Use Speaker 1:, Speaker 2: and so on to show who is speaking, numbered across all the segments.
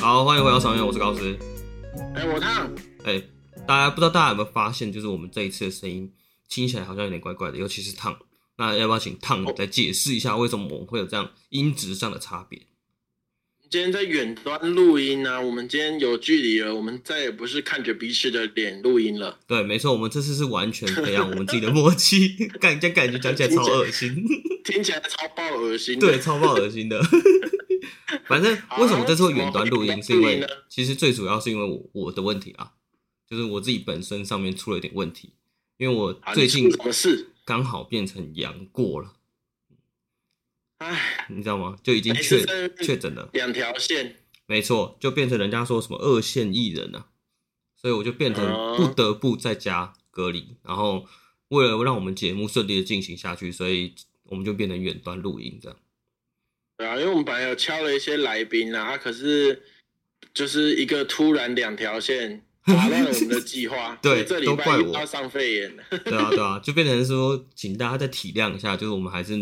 Speaker 1: 好，欢迎回到赏月，我是高斯。
Speaker 2: 哎、我烫，
Speaker 1: 哎、大家不知道大家有没有发现，就是我们这一次的声音听起来好像有点怪怪的，尤其是烫。那要不要请烫
Speaker 2: 哦
Speaker 1: 你再解释一下，为什么我们会有这样音质上的差别？
Speaker 2: 今天在远端录音啊，我们今天有距离了，我们再也不是看着彼此的脸录音了。
Speaker 1: 对，没错，我们这次是完全培养我们自己的默 契，感觉感觉讲起来超恶心，
Speaker 2: 听起来超爆恶心的。
Speaker 1: 对，超爆恶心的。 反正为什么这次会远端录音，是因为其实最主要是因为我我的问题啊，就是我自己本身上面出了一点问题，因为我
Speaker 2: 啊，
Speaker 1: 最近
Speaker 2: 你出什么事？
Speaker 1: 刚好变成杨过了，
Speaker 2: 哎，
Speaker 1: 你知道吗？就已经
Speaker 2: 哎
Speaker 1: 确
Speaker 2: 是在
Speaker 1: 确诊了，
Speaker 2: 两条线，
Speaker 1: 没错，就变成人家说什么二线艺人啊，所以我就变成
Speaker 2: 哦
Speaker 1: 不得不在家隔离，然后为了让我们节目顺利的进行下去，所以我们就变成远端录音这样。
Speaker 2: 对啊，因为我们本来有敲了一些来宾啊，可是就是一个突然两
Speaker 1: ，
Speaker 2: 条线。打乱了我们的计划
Speaker 1: 对
Speaker 2: 所以这礼
Speaker 1: 都怪
Speaker 2: 拜
Speaker 1: 我
Speaker 2: 又要上肺炎了。
Speaker 1: 对啊，对啊，就变成说，请大家再体谅一下，就是我们还是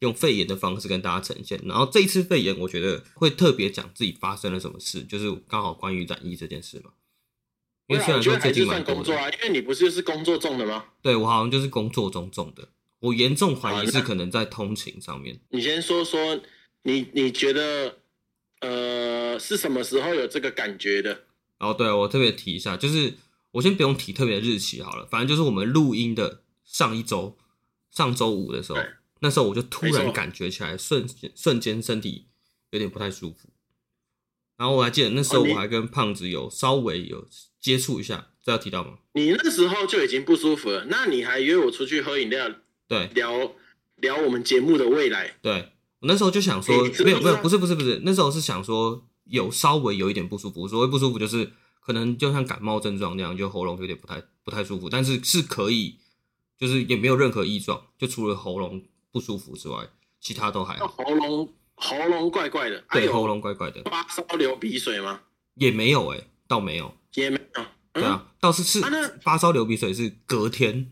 Speaker 1: 用肺炎的方式跟大家呈现。然后这一次肺炎，我觉得会特别讲自己发生了什么事，就是刚好关于染疫这件事嘛。因为虽
Speaker 2: 对啊我
Speaker 1: 然
Speaker 2: 觉
Speaker 1: 说
Speaker 2: 得
Speaker 1: 最
Speaker 2: 还
Speaker 1: 近
Speaker 2: 是
Speaker 1: 蛮
Speaker 2: 算
Speaker 1: 多
Speaker 2: 工作
Speaker 1: 的，
Speaker 2: 啊，因为你不是是工作中的吗？
Speaker 1: 对我好像就是工作中中的，我严重怀
Speaker 2: 好
Speaker 1: 疑
Speaker 2: 那
Speaker 1: 是可能在通勤上面。
Speaker 2: 你先说说你你觉得呃是什么时候有这个感觉的？
Speaker 1: 然后对啊我特别提一下，就是我先不用提特别日期好了，反正就是我们录音的上一周，上周五的时候
Speaker 2: 对，
Speaker 1: 那时候我就突
Speaker 2: 没
Speaker 1: 然
Speaker 2: 错
Speaker 1: 感觉起来瞬间瞬间身体有点不太舒服，然后我还记得那时候
Speaker 2: 哦你
Speaker 1: 我还跟胖子有稍微有接触一下，这要提到吗？
Speaker 2: 你那时候就已经不舒服了，那你还约我出去喝饮料，
Speaker 1: 对
Speaker 2: 聊聊我们节目的未来。
Speaker 1: 对，我那时候就想说
Speaker 2: 你知，道
Speaker 1: 没有没有，
Speaker 2: 吗
Speaker 1: 不是不是不是，那时候是想说有稍微有一点不舒服，所谓不舒服就是可能就像感冒症状那样，就喉咙有点不太不太舒服，但是是可以，就是也没有任何异状，就除了喉咙不舒服之外，其他都还好。
Speaker 2: 喉咙喉咙怪怪的，哦还
Speaker 1: 对，
Speaker 2: 有
Speaker 1: 喉咙怪怪的，
Speaker 2: 发烧流鼻水吗？
Speaker 1: 也没有哎、倒没有。
Speaker 2: 也没有。
Speaker 1: 对
Speaker 2: 嗯，
Speaker 1: 啊，倒是是
Speaker 2: 啊那
Speaker 1: 发烧流鼻水是隔天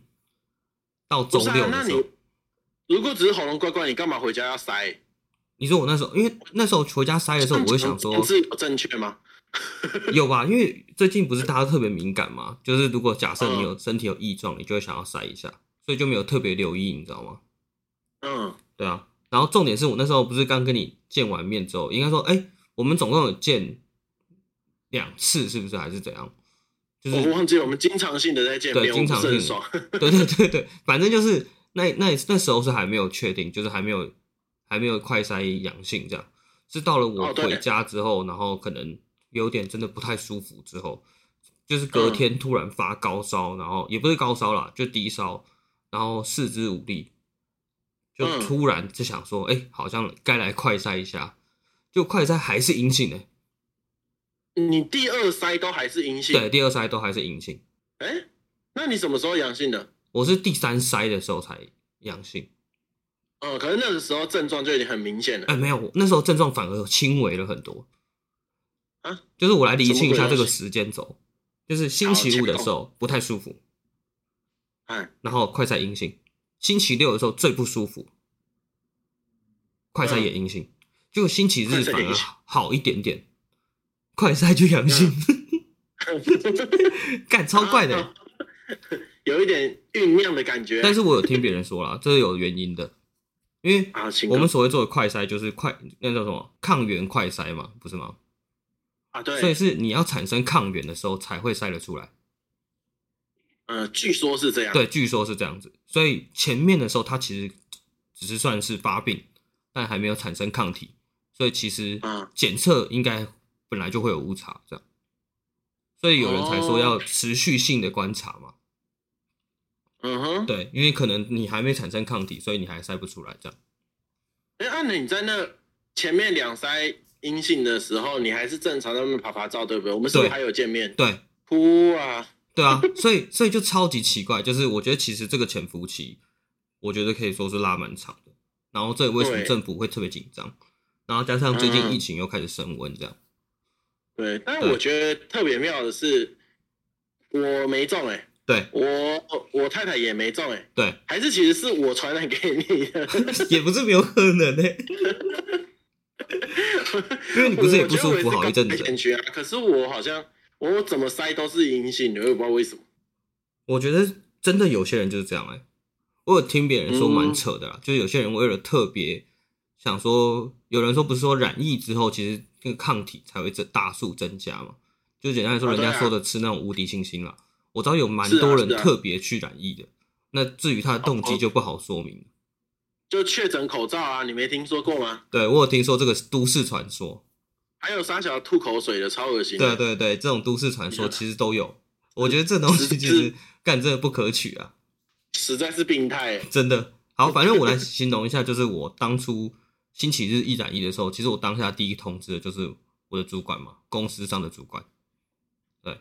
Speaker 1: 到周
Speaker 2: 不是啊
Speaker 1: 六
Speaker 2: 那
Speaker 1: 的时候
Speaker 2: 你。如果只是喉咙怪怪，你干嘛回家要塞？
Speaker 1: 你说我那时候，因为那时候回家塞的时候，我会想说，
Speaker 2: 不是有正确吗？
Speaker 1: 有吧？因为最近不是大家特别敏感嘛，就是如果假设你有身体有异状，你就会想要筛一下，所以就没有特别留意，你知道吗？
Speaker 2: 嗯，
Speaker 1: 对啊。然后重点是我那时候不是刚跟你见完面之后，应该说，哎、我们总共有见两次，是不是还是怎样？就是
Speaker 2: 我忘记我们经常性的在见
Speaker 1: 对
Speaker 2: 面，我
Speaker 1: 经
Speaker 2: 不
Speaker 1: 常
Speaker 2: 是很
Speaker 1: 性
Speaker 2: 爽。
Speaker 1: 对对对对，反正就是那那那时候是还没有确定，就是还没有还没有快筛阳性这样，是到了我
Speaker 2: 哦对
Speaker 1: 回家之后，然后可能有点真的不太舒服之后，就是隔
Speaker 2: 嗯
Speaker 1: 天突然发高烧，然后也不是高烧啦，就低烧，然后四肢无力，就
Speaker 2: 嗯
Speaker 1: 突然就想说，哎、好像该来快筛一下，就快筛还是阴性的、
Speaker 2: 你第二塞都还是阴性，
Speaker 1: 对，第二筛都还是阴性，
Speaker 2: 哎、那你什么时候阳性的？
Speaker 1: 我是第三筛的时候才阳性。
Speaker 2: 嗯，可是那个时候症状就已经很明显了。
Speaker 1: 哎、没有，我那时候症状反而轻微了很多。
Speaker 2: 啊，
Speaker 1: 就是我来理清一下
Speaker 2: 什么鬼
Speaker 1: 这个
Speaker 2: 东
Speaker 1: 时间轴，就是星期五的
Speaker 2: 哦
Speaker 1: 时候不太舒服，
Speaker 2: 哎，
Speaker 1: 然后快筛阴性；星期六的时候最不舒服，快筛也阴性。结果星期日
Speaker 2: 嗯快筛也
Speaker 1: 反而
Speaker 2: 阴性
Speaker 1: 好一点点，快筛就阳性，
Speaker 2: 嗯
Speaker 1: 干超怪的、欸
Speaker 2: 啊 有一点酝酿的感觉。
Speaker 1: 但是我有听别人说啦，这是有原因的，因为
Speaker 2: 啊，请
Speaker 1: 我们
Speaker 2: 问
Speaker 1: 所谓做的快筛就是快那叫什么抗原快筛嘛，不是吗？
Speaker 2: 啊，
Speaker 1: 所以
Speaker 2: 对，
Speaker 1: 是你要产生抗原的时候才会筛得出来。
Speaker 2: 呃，据说是这样。
Speaker 1: 对，据说是这样子。所以前面的时候，它其实只是算是发病，但还没有产生抗体，所以其实
Speaker 2: 嗯
Speaker 1: 检测应该本来就会有误差，这样。所以有人才说
Speaker 2: 哦
Speaker 1: 要持续性的观察嘛，
Speaker 2: 嗯哼，
Speaker 1: 对，因为可能你还没产生抗体，所以你还筛不出来这样。
Speaker 2: 哎，按、理你在那前面两塞阴性的时候，你还是正常在那边拍拍照，对不对？我们是不是
Speaker 1: 对
Speaker 2: 还有见面？
Speaker 1: 对，
Speaker 2: 哭啊！
Speaker 1: 对 啊，所以所以就超级奇怪，就是我觉得其实这个潜伏期，我觉得可以说是拉蛮长的。然后这也为什么
Speaker 2: 对
Speaker 1: 政府会特别紧张，然后加上最近
Speaker 2: 嗯
Speaker 1: 疫情又开始升温，这样。
Speaker 2: 对，但
Speaker 1: 对
Speaker 2: 我觉得特别妙的是，我没中哎、
Speaker 1: 对
Speaker 2: 我我太太也没中哎、
Speaker 1: 对，
Speaker 2: 还是其实是 我传染给你的。
Speaker 1: 也不是没有可能呢、欸因为 你不是也不
Speaker 2: 我觉得
Speaker 1: 舒
Speaker 2: 我
Speaker 1: 服好一阵子
Speaker 2: 是高前区啊，可是我好像我怎么塞都是阴性的，我也不知道为什么。
Speaker 1: 我觉得真的有些人就是这样哎、我有听别人说
Speaker 2: 嗯
Speaker 1: 蛮扯的啦，就是有些人为了特别想说，有人说不是说染疫之后，其实那个抗体才会增大数增加嘛，就简单来说，
Speaker 2: 哦
Speaker 1: 人
Speaker 2: 对啊
Speaker 1: 家说的吃那种无敌星星啦。我知道有蛮
Speaker 2: 是啊
Speaker 1: 多人
Speaker 2: 是啊
Speaker 1: 特别去染疫的，那至于他的动机就不好说明。
Speaker 2: 就确诊口罩啊，你没听说过吗？
Speaker 1: 对我有听说这个是都市传说，
Speaker 2: 还有三小吐口水的，超恶心的。
Speaker 1: 对啊对对，这种都市传说
Speaker 2: 是啊
Speaker 1: 其实都有。我觉得这东西
Speaker 2: 是
Speaker 1: 其
Speaker 2: 是
Speaker 1: 实干真的不可取啊。
Speaker 2: 实在是病态欸。
Speaker 1: 真的。好，反正我来形容一下，就是我当初星期日一染疫的时候，其实我当下第一通知的就是我的主管嘛，公司上的主管。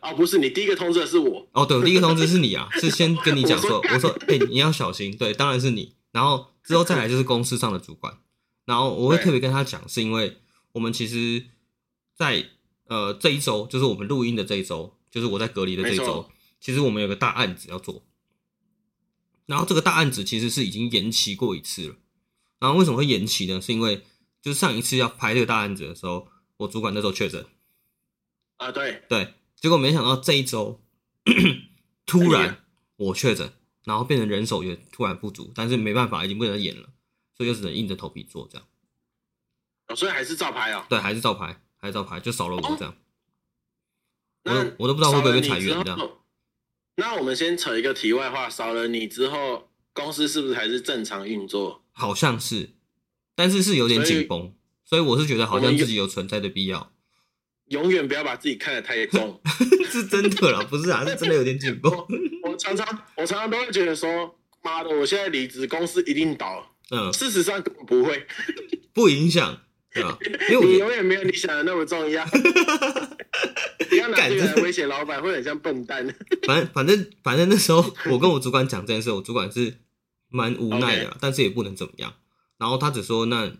Speaker 2: 啊，不是，你第一个通知的是我，
Speaker 1: 哦，对，我第一个通知是你啊，是先跟你讲说，
Speaker 2: 我说
Speaker 1: 我说，哎、你要小心。对，当然是你。然后之后再来就是公司上的主管，然后我会
Speaker 2: 对
Speaker 1: 特别跟他讲，是因为我们其实在，呃这一周，就是我们录音的这一周，就是我在隔离的这一
Speaker 2: 没
Speaker 1: 周
Speaker 2: 错，
Speaker 1: 其实我们有个大案子要做。然后这个大案子其实是已经延期过一次了。然后为什么会延期呢？是因为就是上一次要拍这个大案子的时候，我主管那时候确诊，
Speaker 2: 啊，对，
Speaker 1: 对，结果没想到这一周突
Speaker 2: 哎
Speaker 1: 然
Speaker 2: 呀
Speaker 1: 我确诊，然后变成人手也突然不足，但是没办法，已经不能再演了，所以就只能硬着头皮做这样。
Speaker 2: 哦所以还是照拍哦。
Speaker 1: 对，还是照牌，还是照牌，就少了我这样，我
Speaker 2: 哎那
Speaker 1: 都我都不知道会不会被裁员
Speaker 2: 少了
Speaker 1: 这
Speaker 2: 你之
Speaker 1: 样。
Speaker 2: 后。那我们先扯一个题外话，少了你之后，公司是不是还是正常运作？
Speaker 1: 好像是，但是是有点
Speaker 2: 所以
Speaker 1: 紧绷，所以我是觉得好
Speaker 2: 我
Speaker 1: 像
Speaker 2: 们有
Speaker 1: 自己有存在的必要，
Speaker 2: 永远不要把自己看得太重。
Speaker 1: 是真的啦， 不是啊，是真的有点紧绷。
Speaker 2: 我常常我常常都会觉得说，妈的，我现在离职，公司一定倒。
Speaker 1: 嗯，
Speaker 2: 事实上根本不会，
Speaker 1: 不影响，对吧？因为我
Speaker 2: 你
Speaker 1: 觉得
Speaker 2: 永远没有你想的那么 重要。不要拿这个来威胁老板，会很像笨蛋。
Speaker 1: 反正反正反正那时候我跟我主管讲这件事，我主管是蛮无奈的啦但是也不能怎么样。然后他只说，那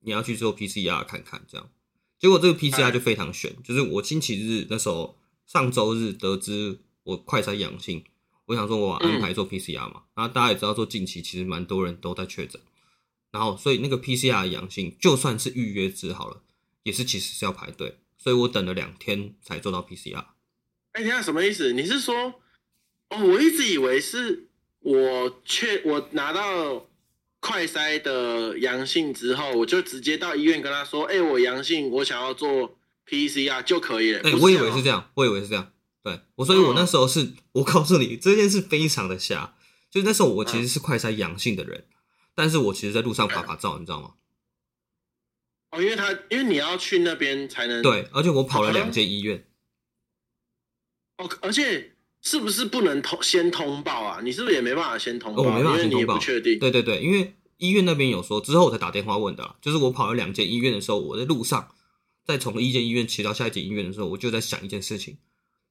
Speaker 1: 你要去做 PCR 看看这样。结果这个 PCR
Speaker 2: 哎
Speaker 1: 就非常悬，就是我星期日那时候上周日得知我快筛阳性，我想说我安排做 PCR 嘛，然后大家也知道说近期其实蛮多人都在确诊，然后所以那个 PCR 的阳性就算是预约制好了，也是其实是要排队，所以我等了两天才做到 PCR。
Speaker 2: 哎、你看什么意思？你是说，哦，我一直以为是我确我拿到快筛的阳性之后，我就直接到医院跟他说，哎、我阳性，我想要做 PCR 就可以了。
Speaker 1: 哎、
Speaker 2: 不嗯
Speaker 1: 我以
Speaker 2: 这
Speaker 1: 为
Speaker 2: 样
Speaker 1: 是
Speaker 2: 哦
Speaker 1: 这样，我以为是这样。对，我所以，我那时候是，我告诉你这件事非常的瞎，就是那时候我其
Speaker 2: 嗯
Speaker 1: 实是快筛阳性的人，但是我其实在路上爬爬照，你知道吗？
Speaker 2: 哦，因为他因为你要去那边才能，
Speaker 1: 对，而且我跑了
Speaker 2: 嗯
Speaker 1: 两间医院，
Speaker 2: 哦，而且是不是不能通先通报啊？你是不是也没办法先通
Speaker 1: 哦
Speaker 2: 报？啊
Speaker 1: 我没办法
Speaker 2: 因为
Speaker 1: 先
Speaker 2: 你也
Speaker 1: 通报
Speaker 2: 不确定。
Speaker 1: 对对对，因为医院那边有说，之后我才打电话问的啦，就是我跑了两间医院的时候，我在路上，在从一间医院骑到下一间医院的时候，我就在想一件事情，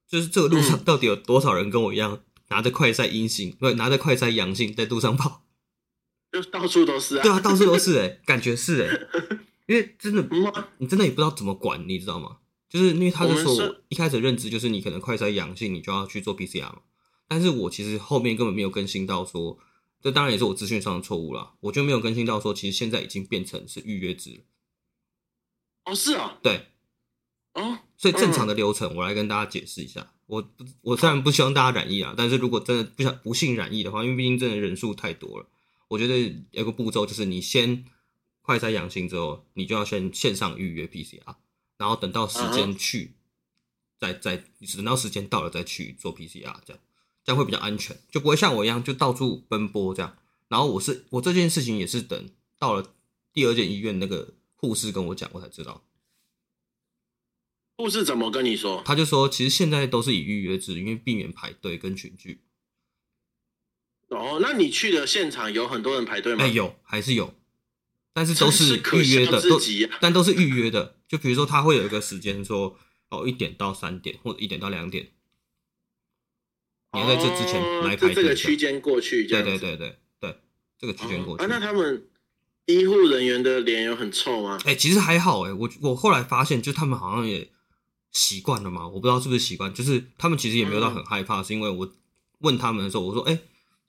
Speaker 1: 就是这个路上
Speaker 2: 嗯
Speaker 1: 到底有多少人跟我一样拿着快筛阴性，不、拿着快筛阳性在路上跑？
Speaker 2: 就到处都是啊。
Speaker 1: 对啊，到处都是哎、感觉是哎、因为真的
Speaker 2: 嗯，
Speaker 1: 你真的也不知道怎么管，你知道吗？就是因为他就说
Speaker 2: 我们是
Speaker 1: 我一开始认知就是你可能快筛阳性，你就要去做 PCR 嘛。但是我其实后面根本没有更新到说，这当然也是我资讯上的错误啦，我就没有更新到说，其实现在已经变成是预约制了。
Speaker 2: 哦是啊，
Speaker 1: 对，
Speaker 2: 哦，
Speaker 1: 所以正常的流程，我来跟大家解释一下。我不，我虽然不希望大家染疫啊，但是如果真的不想不幸染疫的话，因为毕竟真的人数太多了，我觉得有个步骤就是你先快筛阳性之后，你就要先线上预约 PCR，然后等到时间去，再再等到时间到了再去做 PCR，这样这样会比较安全，就不会像我一样就到处奔波这样。然后我是我这件事情也是等到了第二间医院那个护士跟我讲，我才知道。
Speaker 2: 护士怎么跟你说？
Speaker 1: 他就说，其实现在都是以预约制，因为避免排队跟群聚。
Speaker 2: 哦，那你去的现场有很多人排队吗？
Speaker 1: 哎、有还是有，但是都
Speaker 2: 真是可
Speaker 1: 预约
Speaker 2: 笑
Speaker 1: 的，
Speaker 2: 至
Speaker 1: 都
Speaker 2: 极啊
Speaker 1: 但都是预约的。就比如说，他会有一个时间说，哦，一点到三点，或者一点到两点，你要在这之前来
Speaker 2: 哦
Speaker 1: 排队
Speaker 2: 这这个
Speaker 1: 这样
Speaker 2: 区间过去，这
Speaker 1: 对
Speaker 2: 样
Speaker 1: 对
Speaker 2: 子
Speaker 1: 对对对，这个区间
Speaker 2: 哦
Speaker 1: 过去。
Speaker 2: 啊，那他们医护人员的脸有很臭吗？
Speaker 1: 哎、其实还好哎、我我后来发现，就他们好像也习惯了嘛，我不知道是不是习惯，就是他们其实也没
Speaker 2: 嗯
Speaker 1: 有到很害怕，是因为我问他们的时候，我说，哎、
Speaker 2: 嗯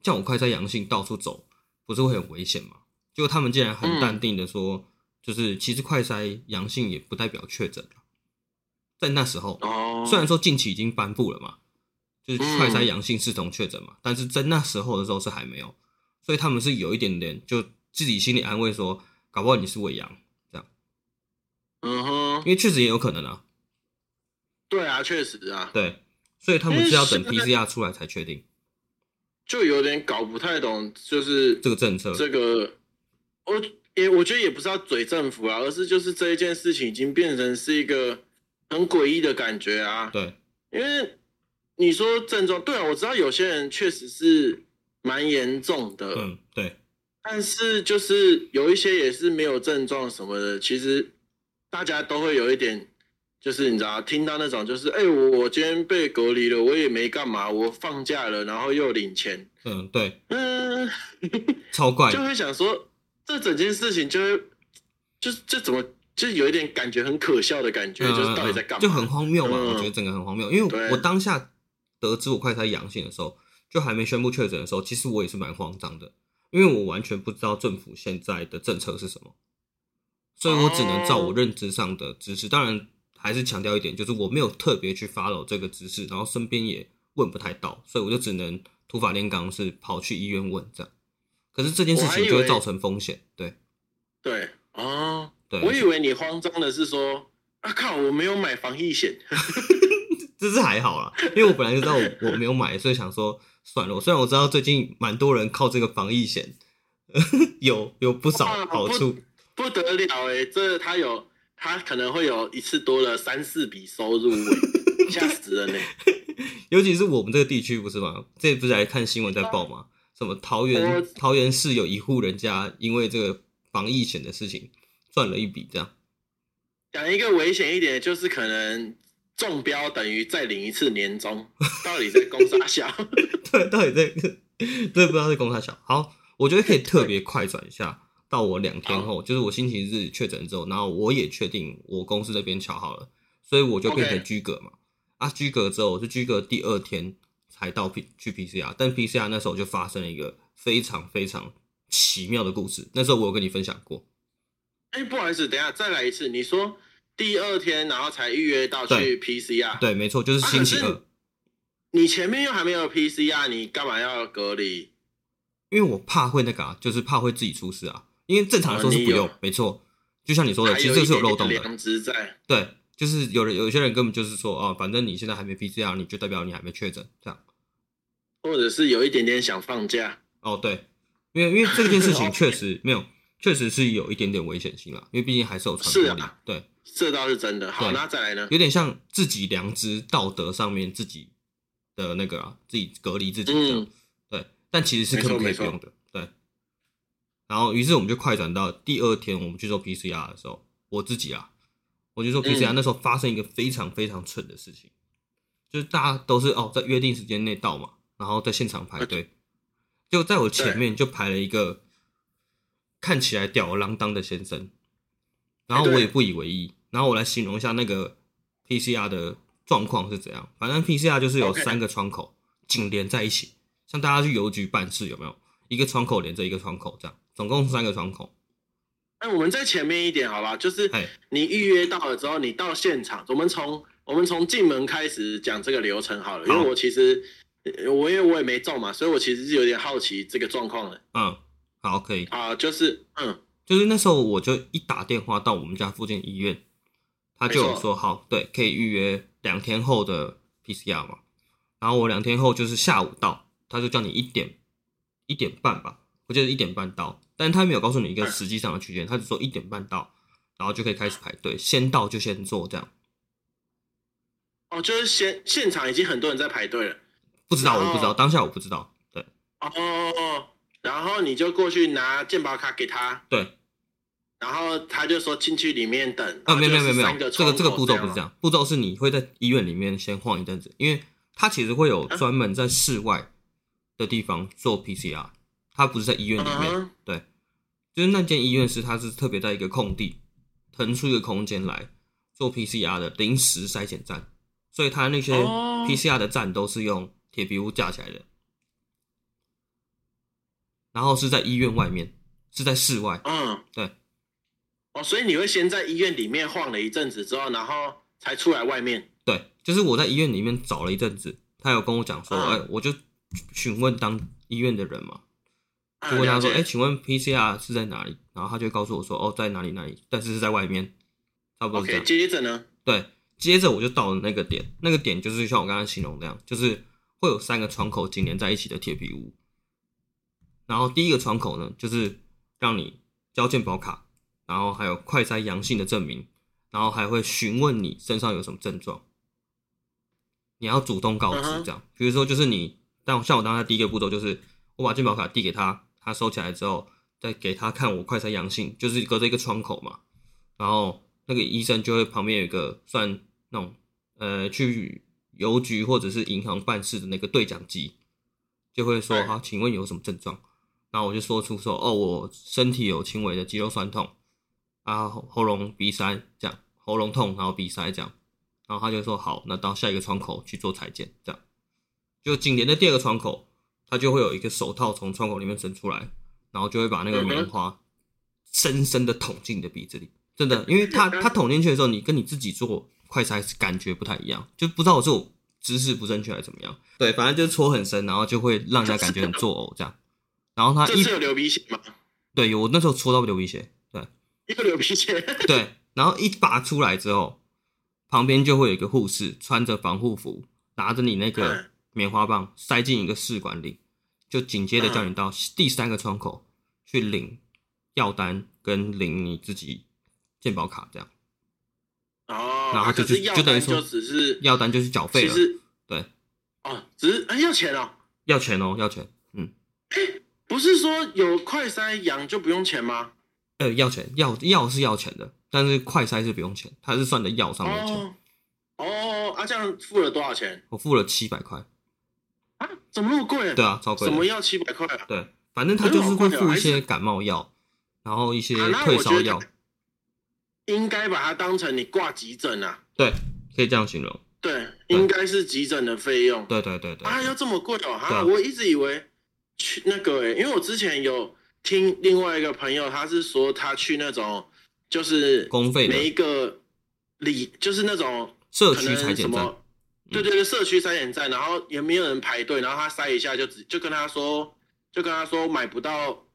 Speaker 1: 像我快在阳性到处走，不是会很危险吗？结果他们竟然很淡定的说，就是其实快筛阳性也不代表确诊了在那时候，
Speaker 2: 哦，
Speaker 1: 虽然说近期已经颁布了嘛，就是
Speaker 2: 嗯
Speaker 1: 快筛阳性视同确诊嘛，但是在那时候的时候是还没有，所以他们是有一点点就自己心里安慰说，搞不好你是伪阳，
Speaker 2: 嗯哼，
Speaker 1: 因为确实也有可能啊，
Speaker 2: 对啊，确实啊，
Speaker 1: 对，所以他们是要等 PCR 出来才确定
Speaker 2: 就有点搞不太懂，就是
Speaker 1: 这个政策。
Speaker 2: 这个，我也我觉得也不是要嘴政府啊，而是就是这一件事情已经变成是一个很诡异的感觉啊。
Speaker 1: 对，
Speaker 2: 因为你说症状，对啊，我知道有些人确实是蛮严重的，
Speaker 1: 嗯，对，
Speaker 2: 但是就是有一些也是没有症状什么的，其实大家都会有一点，就是你知道，听到那种就是，哎、我我今天被隔离了，我也没干嘛，我放假了，然后又领钱，
Speaker 1: 嗯，对，
Speaker 2: 嗯，
Speaker 1: 超怪
Speaker 2: 就，会想说，这整件事情就会，就是这怎么，就是有一点感觉很可笑的感觉，就是到底在干嘛？
Speaker 1: 嗯就很荒谬嘛，
Speaker 2: 嗯
Speaker 1: 我觉得整个很荒谬。因为
Speaker 2: 对
Speaker 1: 我当下得知我快筛阳性的时候，就还没宣布确诊的时候，其实我也是蛮慌张的，因为我完全不知道政府现在的政策是什么，所以我只能
Speaker 2: 哦
Speaker 1: 照我认知上的知识。当然，还是强调一点，就是我没有特别去 follow 这个知识，然后身边也问不太到，所以我就只能土法炼钢，是跑去医院问这样。可是这件事
Speaker 2: 我还
Speaker 1: 情
Speaker 2: 以
Speaker 1: 就会
Speaker 2: 为
Speaker 1: 造成风险，对
Speaker 2: 对哦，
Speaker 1: 对，
Speaker 2: 我以为你慌张的是说，啊靠，我没有买防疫险，
Speaker 1: 这是还好啦，因为我本来就知道我我没有买，所以想说算了。我虽然我知道最近蛮多人靠这个防疫险， 有有不少
Speaker 2: 哇
Speaker 1: 好处，
Speaker 2: 不得了哎、这他有他可能会有一次多了三四笔 收入、欸，吓死人嘞、
Speaker 1: 尤其是我们这个地区不是吗？这不是还看新闻在报吗？什么桃
Speaker 2: 我
Speaker 1: 园桃园市有一户人家因为这个防疫险的事情赚了一笔，这样
Speaker 2: 讲一个危险一点的，就是可能中标等于再领一次年终， 到底在攻啥小？
Speaker 1: 对，到底这个这不知道是公差小。好，我觉得可以特别快转一下，到我两天后，就是我星期日确诊之后，然后我也确定我公司那边瞧好了，所以我就变成
Speaker 2: OK
Speaker 1: 居隔嘛。啊，居隔之后，我是居隔第二天才到 P 去 PCR，但 PCR 那时候就发生了一个非常非常奇妙的故事。那时候我有跟你分享过，
Speaker 2: 哎、不好意思，等一下再来一次，你说第二天然后才预约到
Speaker 1: 对
Speaker 2: 去 PCR，
Speaker 1: 对，没错，就是星期
Speaker 2: 啊可是
Speaker 1: 二，
Speaker 2: 你前面又还没有 PCR，你干嘛要隔离？
Speaker 1: 因为我怕会那个、啊，就是怕会自己出事啊。因为正常来说是不
Speaker 2: 哦你
Speaker 1: 用
Speaker 2: 有，
Speaker 1: 没错，就像你说的，
Speaker 2: 还
Speaker 1: 其实
Speaker 2: 有
Speaker 1: 这个
Speaker 2: 一
Speaker 1: 是有
Speaker 2: 点
Speaker 1: 漏
Speaker 2: 点
Speaker 1: 洞的。
Speaker 2: 良知在。
Speaker 1: 对，就是有人有些人根本就是说啊，反正你现在还没 PCR，你就代表你还没确诊这样。
Speaker 2: 或者是有一点点想放假。
Speaker 1: 哦，对，因为因为这件事情
Speaker 2: OK
Speaker 1: 确实没有，确实是有一点点危险性啦，因为毕竟还是有传播力。
Speaker 2: 是啊
Speaker 1: 对，
Speaker 2: 这倒是真的。好，
Speaker 1: 对
Speaker 2: 那再来呢？
Speaker 1: 有点像自己良知道德上面自己的那个啊，自己隔离自己这样。
Speaker 2: 嗯
Speaker 1: 对，但其实是
Speaker 2: 没
Speaker 1: 根本
Speaker 2: 错
Speaker 1: 可以
Speaker 2: 没
Speaker 1: 不
Speaker 2: 错
Speaker 1: 用的。对。然后，于是我们就快转到第二天，我们去做 PCR 的时候，我自己啊，我就说 PCR
Speaker 2: 嗯
Speaker 1: 那时候发生一个非常非常蠢的事情，就是大家都是哦在约定时间内到嘛，然后在现场排队，就在我前面就排了一个看起来吊儿郎当的先生，然后
Speaker 2: 哎对
Speaker 1: 我也不以为意，然后我来形容一下那个 PCR 的状况是怎样。反正 PCR 就是有
Speaker 2: OK
Speaker 1: 三个窗口紧连在一起，像大家去邮局办事有没有？一个窗口连着一个窗口这样，总共三个窗口。
Speaker 2: 那哎我们在前面一点，好吧？就是
Speaker 1: 哎，
Speaker 2: 你预约到了之后，你到现场，我们从我们从进门开始讲这个流程好了。因
Speaker 1: 好
Speaker 2: 为我其实呃我因为我也没中嘛，所以我其实是有点好奇这个状况的
Speaker 1: 嗯，好，可以。
Speaker 2: 啊。就是嗯，
Speaker 1: 就是那时候我就一打电话到我们家附近医院，他就有
Speaker 2: 没
Speaker 1: 说好，对，可以预约两天后的 PCR 嘛。然后我两天后就是下午到，他就叫你一点一点半吧，我记得一点半到，但他没有告诉你一个
Speaker 2: 嗯
Speaker 1: 实际上的区间，他只说一点半到，然后就可以开始排队，先到就先做这样。
Speaker 2: 哦，就是现现场已经很多人在排队了。
Speaker 1: 不知道，我不知道，
Speaker 2: 哦
Speaker 1: 当下我不知道。对
Speaker 2: 哦，然后你就过去拿健保卡给他，
Speaker 1: 对，
Speaker 2: 然后他就说进去里面等。
Speaker 1: 啊，没有没有没有没
Speaker 2: 然后
Speaker 1: 有，
Speaker 2: 就是
Speaker 1: 这
Speaker 2: 三
Speaker 1: 个
Speaker 2: 个
Speaker 1: 这个步骤不是这
Speaker 2: 样啊
Speaker 1: 样，步骤是你会在医院里面先晃一阵子，因为它其实会
Speaker 2: 啊
Speaker 1: 有专门在室外的地方做 PCR，它不是在医院里
Speaker 2: 吗。嗯
Speaker 1: 面，
Speaker 2: 哼，
Speaker 1: 对，就是那间医院是它是特别在一个空地腾出一个空间来做 PCR 的临时筛检站，所以它那些
Speaker 2: 哦
Speaker 1: PCR 的站都是用铁皮屋架起来的，然后是在医院外面，是在室外，
Speaker 2: 嗯，
Speaker 1: 对，
Speaker 2: 哦，所以你会先在医院里面晃了一阵子之后，然后才出来外面。
Speaker 1: 对，就是我在医院里面找了一阵子，他有跟我讲说，哎、
Speaker 2: 嗯
Speaker 1: 我就询问当医院的人嘛，
Speaker 2: 啊
Speaker 1: 就问他
Speaker 2: 了
Speaker 1: 说，
Speaker 2: 解
Speaker 1: 哎、请问 PCR 是在哪里？然后他就会告诉我说，哦，在哪里哪里，但是是在外面，差不多是这
Speaker 2: OK，
Speaker 1: 样。
Speaker 2: 接着呢？
Speaker 1: 对，接着我就到了那个点，那个点就是像我刚才形容那样，就是会有三个窗口紧连在一起的铁皮屋。然后第一个窗口呢，就是让你交健保卡，然后还有快筛阳性的证明，然后还会询问你身上有什么症状，你要主动告知
Speaker 2: 嗯哼
Speaker 1: 这样。比如说，就是你，但像我当时第一个步骤就是我把健保卡递给他，他收起来之后，再给他看我快筛阳性，就是隔着一个窗口嘛。然后那个医生就会旁边有一个算那种呃去邮局或者是银行办事的那个对讲机，就会说
Speaker 2: 对
Speaker 1: 啊，请问有什么症状？然后我就说出说哦，我身体有轻微的肌肉酸痛啊，喉喉咙鼻塞这样，喉咙痛然后鼻塞这样，然后他就说好，那到下一个窗口去做裁剪这样，就紧连的第二个窗口，他就会有一个手套从窗口里面伸出来，然后就会把那个棉花深深的捅进你的鼻子里。真的，因为它它捅进去的时候，你跟你自己做快筛是感觉不太一样，就不知道我是我姿势不正确还是怎么样。对，反正就是戳很深，然后就会让人家感觉很作呕这样。然后他
Speaker 2: 这
Speaker 1: 啊一
Speaker 2: 次有流鼻血吗？
Speaker 1: 对我那时候戳到流鼻血，对
Speaker 2: 又流鼻血，
Speaker 1: 对，然后一拔出来之后，旁边就会有一个护士穿着防护服，拿着你那个
Speaker 2: 嗯
Speaker 1: 棉花棒塞进一个试管里，就紧接着叫你
Speaker 2: 嗯
Speaker 1: 到第三个窗口去领药单跟领你自己健保卡这样。
Speaker 2: 哦，
Speaker 1: 然后就
Speaker 2: 可是
Speaker 1: 就
Speaker 2: 药
Speaker 1: 就等于
Speaker 2: 单
Speaker 1: 说
Speaker 2: 就只是
Speaker 1: 药单就是缴费
Speaker 2: 其
Speaker 1: 了，
Speaker 2: 实
Speaker 1: 对，
Speaker 2: 哦，只是哎要钱哦，
Speaker 1: 要钱哦，要钱，嗯，
Speaker 2: 不是说有快筛阳就不用钱吗？
Speaker 1: 呃，要钱，药药是要钱的，但是快筛是不用钱，它是算在药上面的啊钱。
Speaker 2: 哦哦，啊这样付了多少钱
Speaker 1: 我付了七百块，
Speaker 2: 啊？怎么那么贵？
Speaker 1: 对啊，超贵
Speaker 2: 怎
Speaker 1: 的，
Speaker 2: 么要七百块啊？
Speaker 1: 对，反正他就是会付一
Speaker 2: 哎
Speaker 1: 些
Speaker 2: 呦
Speaker 1: 感冒药，然后一些
Speaker 2: 啊那
Speaker 1: 退
Speaker 2: 我
Speaker 1: 烧
Speaker 2: 觉
Speaker 1: 药
Speaker 2: 得，应该把它当成你挂急诊啊，
Speaker 1: 对，可以这样形容，
Speaker 2: 对，
Speaker 1: 对
Speaker 2: 应该是急诊的费用。
Speaker 1: 对对对对，
Speaker 2: 啊，要这么贵哦！
Speaker 1: 对啊
Speaker 2: 啊，我一直以为去那个、欸，因为我之前有听另外一个朋友，他是说他去那种就是
Speaker 1: 公费
Speaker 2: 每一
Speaker 1: 的
Speaker 2: 个里，就是那种
Speaker 1: 社
Speaker 2: 可
Speaker 1: 区裁
Speaker 2: 能什
Speaker 1: 剪站，
Speaker 2: 么，对对对，社区筛检站，然后也没有人排队，然后他筛一下就只就跟他说，就跟他说买不到，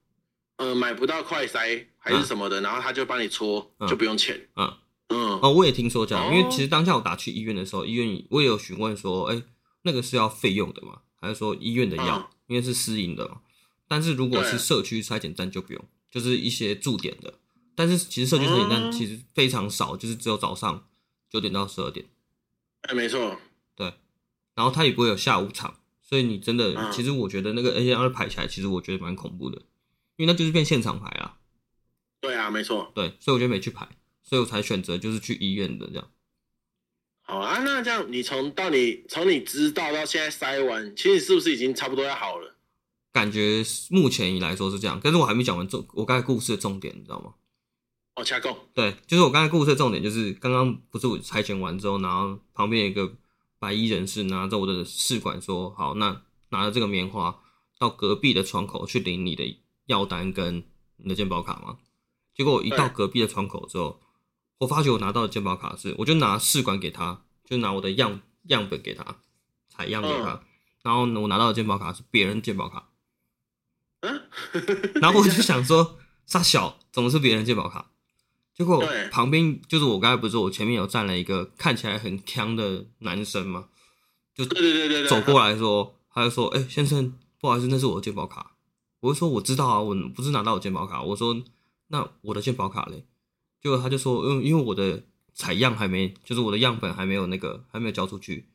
Speaker 2: 呃，买不到快筛还是什么的，然后他就帮你搓，
Speaker 1: 嗯
Speaker 2: 就不用钱。
Speaker 1: 嗯，
Speaker 2: 嗯，
Speaker 1: 哦，我也听说这样，
Speaker 2: 哦
Speaker 1: 因为其实当下我打去医院的时候，医院我也有询问说，哎、那个是要费用的嘛？还是说医院的药？
Speaker 2: 嗯
Speaker 1: 因为是私营的嘛。但是如果是
Speaker 2: 对
Speaker 1: 社区筛检站就不用，就是一些驻点的。但是其实社区筛检站
Speaker 2: 嗯
Speaker 1: 其实非常少，就是只有早上九点到十二点，
Speaker 2: 哎，没错，
Speaker 1: 然后它也不会有下午场，所以你真的，
Speaker 2: 嗯
Speaker 1: 其实我觉得那个 N 二排起来，其实我觉得蛮恐怖的，因为那就是变现场排啊。
Speaker 2: 对啊，没错。
Speaker 1: 对，所以我就没去排，所以我才选择就是去医院的这样。
Speaker 2: 好啊，那这样你从到你从你知道到现在筛完，其实你是不是已经差不多要好了？
Speaker 1: 感觉目前以来说是这样，但是我还没讲完重我刚才故事的重点，你知道吗？
Speaker 2: 哦，掐够，
Speaker 1: 对，就是我刚才故事的重点就是刚刚不是我裁剪完之后，然后旁边有一个白衣人士拿着我的试管说：“好，那拿着这个棉花到隔壁的窗口去领你的药单跟你的健保卡嘛。”结果我一到
Speaker 2: 对
Speaker 1: 隔壁的窗口之后，我发觉我拿到的健保卡是，我就拿试管给他，就拿我的样样本给他，采样给他，然后呢我拿到的健保卡是别人的健保卡，
Speaker 2: 嗯，
Speaker 1: 然后我就想说，傻小，怎么是别人的健保卡？结果
Speaker 2: 对
Speaker 1: 旁边就是我刚才不是我前面有站了一个看起来很强的男生嘛，就
Speaker 2: 对对对对对，
Speaker 1: 走过来说，他就说：“哎、先生，不好意思，那是我的健保卡。”我就说：“我知道啊，我不是拿到我健保卡。”我说：“那我的健保卡嘞？”结果他就说：“嗯，因为我的采样还没，就是我的样本还没有那个还没有交出去。”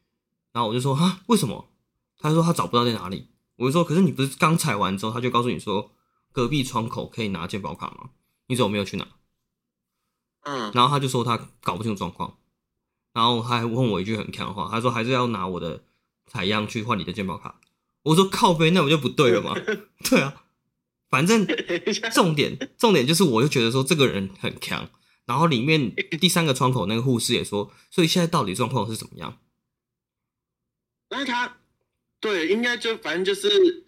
Speaker 1: 然后我就说：“哈，为什么？”他说：“他找不到在哪里。”我就说：“可是你不是刚采完之后，他就告诉你说隔壁窗口可以拿健保卡吗？你怎么没有去拿？”
Speaker 2: 嗯，
Speaker 1: 然后他就说他搞不清楚状况，然后他还问我一句很强的话，他说还是要拿我的采样去换你的健保卡。我说靠背，那我就不对了嘛。对啊，反正
Speaker 2: 等一下，
Speaker 1: 重点重点就是，我就觉得说这个人很强。然后里面第三个窗口那个护士也说，所以现在到底状况是怎么样？
Speaker 2: 那他对，应该就反正就是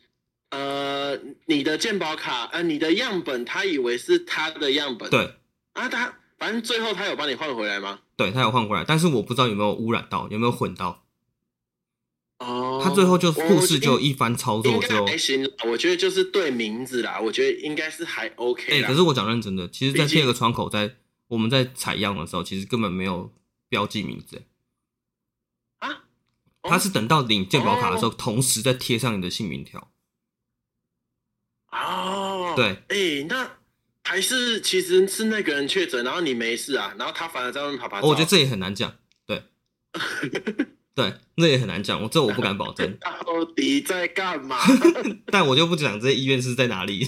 Speaker 2: 呃，你的健保卡，呃，你的样本，他以为是他的样本，
Speaker 1: 对，
Speaker 2: 啊，啊，他反正最后他有帮你换回来吗？
Speaker 1: 对他有换回来，但是我不知道有没有污染到，有没有混到。
Speaker 2: 哦，
Speaker 1: 他最后就
Speaker 2: 我
Speaker 1: 护士就
Speaker 2: 应
Speaker 1: 一番操
Speaker 2: 应
Speaker 1: 作之
Speaker 2: 该
Speaker 1: 后，
Speaker 2: 还
Speaker 1: 哎、
Speaker 2: 行啦，我觉得就是对名字啦，我觉得应该是还 OK 啦。
Speaker 1: 哎可是我讲认真的，其实，在
Speaker 2: 毕竟
Speaker 1: 第二个窗口在我们在采样的时候，其实根本没有标记名字、哎
Speaker 2: 啊，哦
Speaker 1: 他是等到领健保卡的时候，同时再贴上你的姓名条。
Speaker 2: 哦，
Speaker 1: 对，
Speaker 2: 哎、那还是其实是那个人确诊，然后你没事啊，然后他反而在外面爬爬照、。
Speaker 1: 哦我觉得这也很难讲，对，对，那也很难讲，我这我不敢保证
Speaker 2: 到底在 干嘛？
Speaker 1: 但我就不讲这些医院是在哪里。